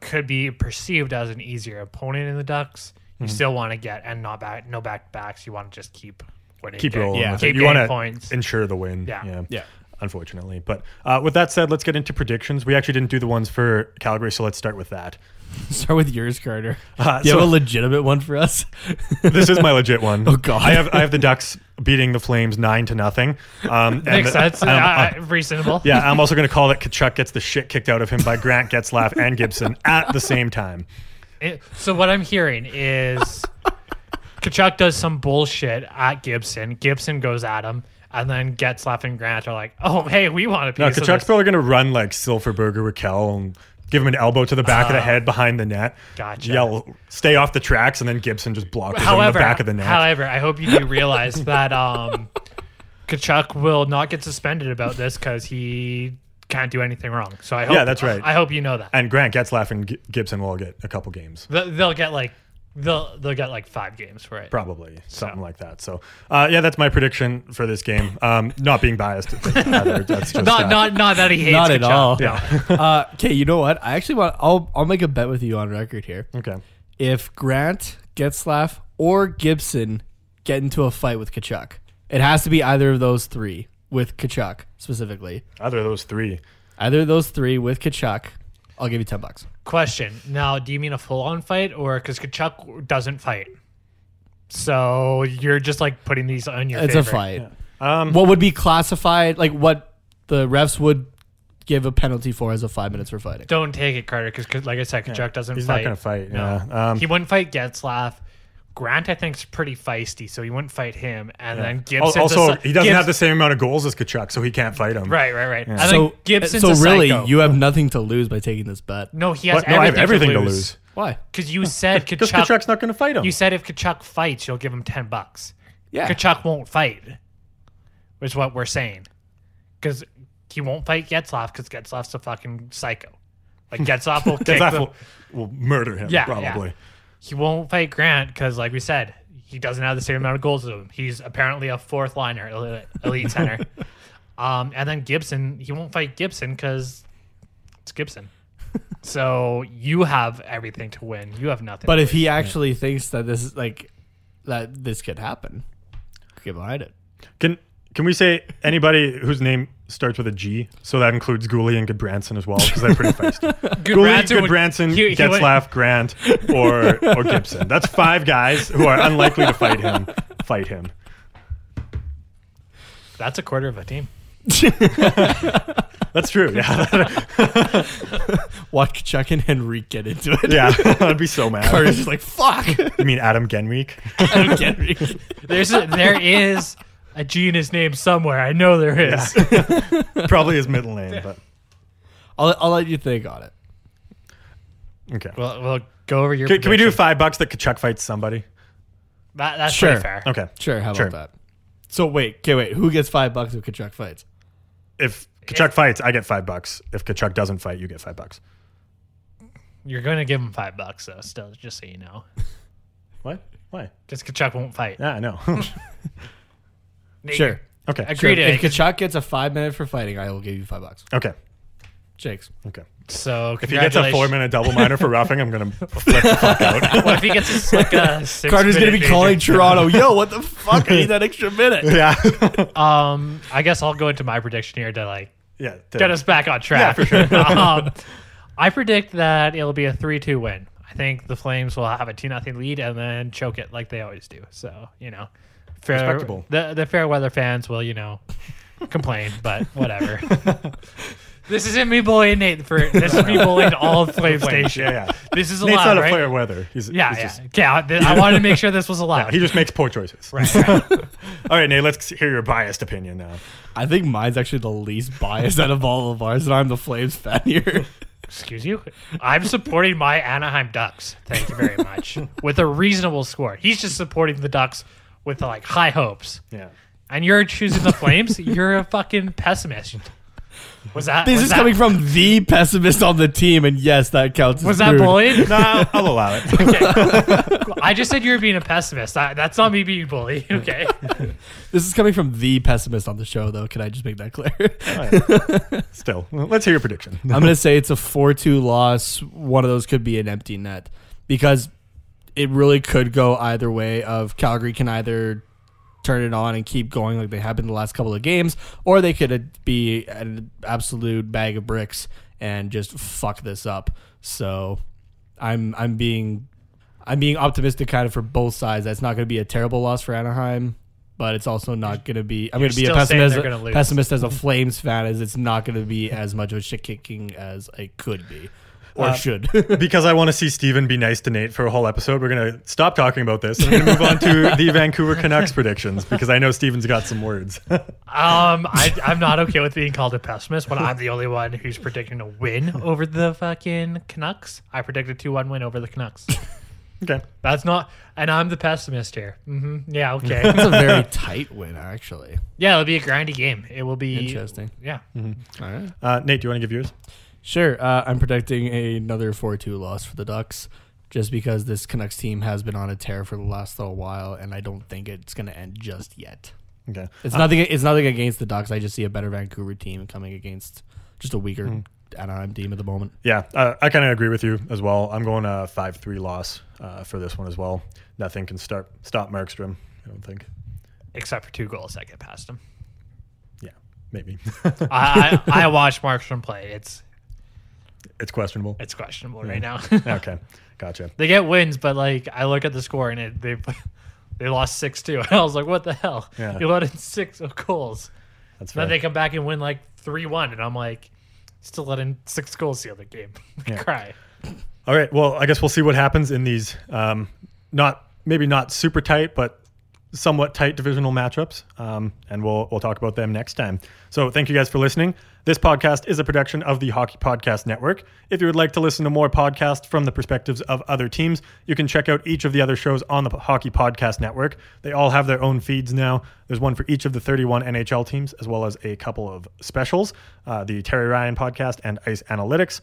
[SPEAKER 2] could be perceived as an easier opponent in the Ducks. You
[SPEAKER 1] Mm-hmm.
[SPEAKER 2] still want to get and not back, no back backs. You want to just keep winning,
[SPEAKER 1] Keep
[SPEAKER 2] games.
[SPEAKER 1] rolling.
[SPEAKER 3] Yeah.
[SPEAKER 1] with it.
[SPEAKER 2] keep
[SPEAKER 1] You
[SPEAKER 2] getting
[SPEAKER 1] wanna
[SPEAKER 2] points.
[SPEAKER 1] ensure the win.
[SPEAKER 2] Yeah.
[SPEAKER 3] Yeah.
[SPEAKER 1] Unfortunately, but uh, with that said, let's get into predictions. We actually didn't do the ones for Calgary, so let's start with that.
[SPEAKER 3] Start with yours, Carter.
[SPEAKER 1] Uh,
[SPEAKER 3] Do you
[SPEAKER 1] so-
[SPEAKER 3] have a legitimate one for us?
[SPEAKER 1] this is my legit one.
[SPEAKER 3] Oh, God.
[SPEAKER 1] I have I have the Ducks beating the Flames nine to nothing. Um, and
[SPEAKER 2] Makes
[SPEAKER 1] the-
[SPEAKER 2] sense.
[SPEAKER 1] I'm-
[SPEAKER 2] Uh, reasonable.
[SPEAKER 1] yeah, I'm also going to call that Kachuk gets the shit kicked out of him by Grant Getzlaff and Gibson at the same time.
[SPEAKER 2] It- so what I'm hearing is Kachuk does some bullshit at Gibson. Gibson goes at him, and then Getzlaff and Grant are like, "Oh, hey, we want a piece
[SPEAKER 1] Now,
[SPEAKER 2] of
[SPEAKER 1] Kachuk's
[SPEAKER 2] this."
[SPEAKER 1] probably going to run like Silverberger Raquel and give him an elbow to the back of the head behind the net.
[SPEAKER 2] Uh, Gotcha.
[SPEAKER 1] Yell, stay off the tracks, and then Gibson just blocks him in the
[SPEAKER 2] However,
[SPEAKER 1] back of the net.
[SPEAKER 2] however, I hope you do realize that um, Kachuk will not get suspended about this because he can't do anything wrong. So I hope,
[SPEAKER 1] Yeah, that's right.
[SPEAKER 2] I hope you know that
[SPEAKER 1] and Grant Getzlaff and G- Gibson will get a couple games.
[SPEAKER 2] They'll- they'll get like they'll they'll get like five games for it.
[SPEAKER 1] Probably something like that. So, uh, yeah, that's my prediction for this game. Um, not being biased, either. that's just
[SPEAKER 2] Not
[SPEAKER 1] uh,
[SPEAKER 2] not not that he hates
[SPEAKER 3] Not at
[SPEAKER 2] Kachuk.
[SPEAKER 3] all.
[SPEAKER 1] Yeah.
[SPEAKER 3] uh, okay, you know what? I actually want. I'll I'll make a bet with you on record here.
[SPEAKER 1] okay.
[SPEAKER 3] If Grant, Getzlaff, or Gibson get into a fight with Kachuk, it has to be either of those three with Kachuk specifically.
[SPEAKER 1] Either of those three.
[SPEAKER 3] Either of those three with Kachuk, I'll give you ten bucks.
[SPEAKER 2] Question. Now, do you mean a full on fight or because Kachuk doesn't fight? So you're just like putting these on your
[SPEAKER 3] It's a
[SPEAKER 2] favorite.
[SPEAKER 3] fight.
[SPEAKER 1] Um,
[SPEAKER 3] What would be classified like what the refs would give a penalty for as a five minutes for fighting?
[SPEAKER 2] Don't take it, Carter, because like I said, Kachuk doesn't
[SPEAKER 1] he's
[SPEAKER 2] fight.
[SPEAKER 1] not going to fight.
[SPEAKER 2] No.
[SPEAKER 1] Yeah. Um,
[SPEAKER 2] he wouldn't fight Getzlaff. Grant, I think, is pretty feisty, so he wouldn't fight him. And then
[SPEAKER 1] Al-
[SPEAKER 2] Gibson
[SPEAKER 1] also, he doesn't have
[SPEAKER 2] the
[SPEAKER 1] the same amount of goals as Kachuk, so he can't fight him.
[SPEAKER 2] Right, right, right. And
[SPEAKER 3] So uh,
[SPEAKER 2] then Gibson's
[SPEAKER 3] so
[SPEAKER 2] a
[SPEAKER 3] really,
[SPEAKER 2] psycho.
[SPEAKER 3] you have nothing to lose by taking this bet.
[SPEAKER 2] no, he has
[SPEAKER 1] What? No, I have everything to
[SPEAKER 2] lose.
[SPEAKER 1] lose.
[SPEAKER 3] Why?
[SPEAKER 2] Because you said
[SPEAKER 1] Because
[SPEAKER 2] Kachuk.
[SPEAKER 1] Kachuk's not going to fight him.
[SPEAKER 2] You said if Kachuk fights, you'll give him ten bucks.
[SPEAKER 3] Yeah.
[SPEAKER 2] Kachuk won't fight, is what we're saying. Because he won't fight Getzlaff because Getzlaff's a fucking psycho. Like Getzlaff will kick
[SPEAKER 1] Getzlaf
[SPEAKER 2] the-
[SPEAKER 1] will, will murder him,
[SPEAKER 2] Yeah,
[SPEAKER 1] probably.
[SPEAKER 2] yeah. He won't fight Grant because, like we said, he doesn't have the same amount of goals as him. He's apparently a fourth liner, elite- elite center. um, and then Gibson, he won't fight Gibson because It's Gibson. so you have everything to win. You have nothing.
[SPEAKER 3] But
[SPEAKER 2] to
[SPEAKER 3] if
[SPEAKER 2] lose.
[SPEAKER 3] he actually thinks that this is like that this could happen, get behind it.
[SPEAKER 1] Can can we say anybody whose name starts with a G? So that includes Gooley and Goodbranson as well, because they're pretty feisty.
[SPEAKER 2] Good
[SPEAKER 1] Gooley,
[SPEAKER 2] Branson would-
[SPEAKER 1] Goodbranson,
[SPEAKER 2] he- he would-
[SPEAKER 1] Getzlaff, Grant, or or Gibson. That's five guys who are unlikely to fight him. Fight him.
[SPEAKER 2] That's a quarter of a team.
[SPEAKER 1] That's true. Yeah,
[SPEAKER 3] Watch Kachuk and Henrique get into it.
[SPEAKER 1] yeah. I'd be so mad.
[SPEAKER 3] Carter's just like fuck.
[SPEAKER 1] You mean Adam Genweek?
[SPEAKER 3] Henrique.
[SPEAKER 2] There's a, there is a G in his name somewhere. I know there is.
[SPEAKER 1] Probably his middle name, but
[SPEAKER 3] I'll, I'll let you think on it.
[SPEAKER 1] okay.
[SPEAKER 2] Well, we'll go over your.
[SPEAKER 1] Can, can we do
[SPEAKER 2] prediction.
[SPEAKER 1] five bucks that Kachuk fights somebody?
[SPEAKER 2] That, that's
[SPEAKER 3] Sure.
[SPEAKER 2] pretty fair.
[SPEAKER 1] Okay,
[SPEAKER 3] Sure, how
[SPEAKER 1] Sure.
[SPEAKER 3] about that? So wait, okay, wait. Who gets five bucks if Kachuk fights?
[SPEAKER 1] If Kachuk fights, I get five bucks. If Kachuk doesn't fight, you get five bucks.
[SPEAKER 2] You're gonna give him five bucks though. Still, just so you know,
[SPEAKER 1] What? Why?
[SPEAKER 2] because Kachuk won't fight.
[SPEAKER 1] Yeah, I know.
[SPEAKER 3] Sure.
[SPEAKER 1] okay.
[SPEAKER 2] Agreed.
[SPEAKER 3] Sure. If
[SPEAKER 2] If
[SPEAKER 3] Kachuk gets a five minute for fighting, I will give you five bucks.
[SPEAKER 1] Okay.
[SPEAKER 3] Jakes.
[SPEAKER 1] Okay.
[SPEAKER 2] so
[SPEAKER 1] If he gets a four minute double minor for roughing, I'm gonna flip the fuck out.
[SPEAKER 2] Well, if he gets a, like a six
[SPEAKER 3] Carter's gonna be
[SPEAKER 2] minute
[SPEAKER 3] calling
[SPEAKER 2] major-
[SPEAKER 3] Toronto. Yo, what the fuck? I need that extra minute.
[SPEAKER 1] yeah.
[SPEAKER 2] Um, I guess I'll go into my prediction here to like
[SPEAKER 1] yeah.
[SPEAKER 2] get us back on track.
[SPEAKER 1] Yeah, for sure.
[SPEAKER 2] um, I predict that it'll be a 3 2 win. I think the Flames will have a 2 0 lead and then choke it like they always do. So, you know, fair,
[SPEAKER 1] Respectable.
[SPEAKER 2] The, the fair weather fans will, you know, complain, but whatever. this isn't me bullying Nate for This is me bullying all of Flames Nation.
[SPEAKER 1] Yeah, yeah.
[SPEAKER 2] This is
[SPEAKER 1] Nate's
[SPEAKER 2] allowed,
[SPEAKER 1] not a
[SPEAKER 2] right?
[SPEAKER 1] player weather. He's,
[SPEAKER 2] Yeah,
[SPEAKER 1] he's
[SPEAKER 2] yeah.
[SPEAKER 1] just-
[SPEAKER 2] yeah th- I wanted to make sure this was allowed.
[SPEAKER 1] he just makes poor choices.
[SPEAKER 2] right, right.
[SPEAKER 1] All right, Nate, let's hear your biased opinion now.
[SPEAKER 3] I think mine's actually the least biased out of all of ours, and I'm the Flames fan here.
[SPEAKER 2] Excuse you? I'm supporting my Anaheim Ducks. Thank you very much. with a reasonable score. He's just supporting the Ducks with like high hopes.
[SPEAKER 1] Yeah.
[SPEAKER 2] And you're choosing the Flames? you're a fucking pessimist. Was that
[SPEAKER 3] This
[SPEAKER 2] was
[SPEAKER 3] is
[SPEAKER 2] that-
[SPEAKER 3] coming from the pessimist on the team, and yes, that counts. as
[SPEAKER 2] Was that
[SPEAKER 3] rude.
[SPEAKER 2] bullying?
[SPEAKER 1] No, I'll, I'll allow it.
[SPEAKER 2] I just said you were being a pessimist. I, that's not me being bullied. Okay.
[SPEAKER 3] This is coming from the pessimist on the show, though. Can I just make that clear?
[SPEAKER 1] Still, let's hear your prediction.
[SPEAKER 3] I'm gonna say it's a four-two loss. One of those could be an empty net because it really could go either way. Of Calgary can either turn it on and keep going like they have been the last couple of games, or they could uh, be an absolute bag of bricks and just fuck this up. So I'm I'm being I'm being optimistic kind of for both sides. That's not going to be a terrible loss for Anaheim, but it's also not going to be. I'm going to be a
[SPEAKER 2] still saying
[SPEAKER 3] pessimist,
[SPEAKER 2] they're gonna lose.
[SPEAKER 3] pessimist as a Flames fan, as it's not going to be as much of a shit kicking as it could be or
[SPEAKER 1] Uh,
[SPEAKER 3] should.
[SPEAKER 1] because I want to see Steven be nice to Nate for a whole episode, we're going to stop talking about this. and We're going to move on to the Vancouver Canucks predictions because I know Steven's got some words.
[SPEAKER 2] Um, I, I'm not okay with being called a pessimist when I'm the only one who's predicting a win over the fucking Canucks. I predicted a 2 1 win over the Canucks.
[SPEAKER 1] okay.
[SPEAKER 2] That's not, and I'm the pessimist here. hmm Yeah,
[SPEAKER 3] it's
[SPEAKER 2] okay.
[SPEAKER 3] a very tight win, actually.
[SPEAKER 2] yeah, it'll be a grindy game. It will be
[SPEAKER 3] Interesting.
[SPEAKER 2] Yeah,
[SPEAKER 1] Hmm.
[SPEAKER 3] All right.
[SPEAKER 1] Uh, Nate, do you want to give yours?
[SPEAKER 3] Sure. Uh, I'm predicting another 4 2 loss for the Ducks just because this Canucks team has been on a tear for the last little while, and I don't think it's going to end just yet.
[SPEAKER 1] Okay.
[SPEAKER 3] It's nothing. It's nothing against the Ducks. I just see a better Vancouver team coming against just a weaker Anaheim team at the moment.
[SPEAKER 1] Yeah, uh, I kind of agree with you as well. I'm going a five-three loss uh, for this one as well. Nothing can start stop Markstrom. I don't think.
[SPEAKER 2] except for two goals that get past him.
[SPEAKER 1] Yeah, maybe
[SPEAKER 2] I, I I watched Markstrom play. It's
[SPEAKER 1] it's questionable.
[SPEAKER 2] it's questionable right now.
[SPEAKER 1] Okay, gotcha.
[SPEAKER 2] they get wins, but like I look at the score and it, they they lost six two, and I was like, what the hell?
[SPEAKER 1] Yeah.
[SPEAKER 2] You let in six goals,
[SPEAKER 1] That's fair.
[SPEAKER 2] then they come back and win like three one, and I'm like, still let in six goals the other game. I
[SPEAKER 1] Yeah.
[SPEAKER 2] Cry.
[SPEAKER 1] All right. Well, I guess we'll see what happens in these um, not maybe not super tight, but somewhat tight divisional matchups, um, and we'll we'll talk about them next time. So thank you guys for listening. This podcast is a production of the Hockey Podcast Network. If you would like to listen to more podcasts from the perspectives of other teams, you can check out each of the other shows on the Hockey Podcast Network. They all have their own feeds now. There's one for each of the 31 NHL teams, as well as a couple of specials, uh, the Terry Ryan podcast and Ice Analytics.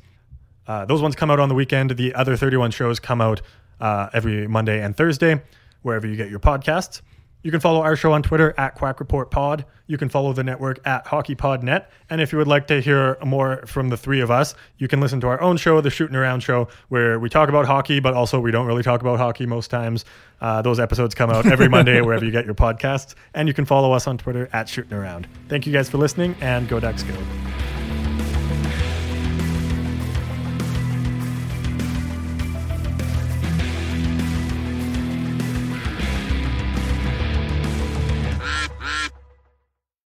[SPEAKER 1] Uh, those ones come out on the weekend. The other 31 shows come out uh, every Monday and Thursday, wherever you get your podcasts. You can follow our show on Twitter at Quack Report Pod. You can follow the network at HockeyPodNet. And if you would like to hear more from the three of us, you can listen to our own show, The Shooting Around Show, where we talk about hockey, but also we don't really talk about hockey most times. Uh, those episodes come out every Monday wherever you get your podcasts. And you can follow us on Twitter at Shooting Around. Thank you guys for listening, and go Ducks go.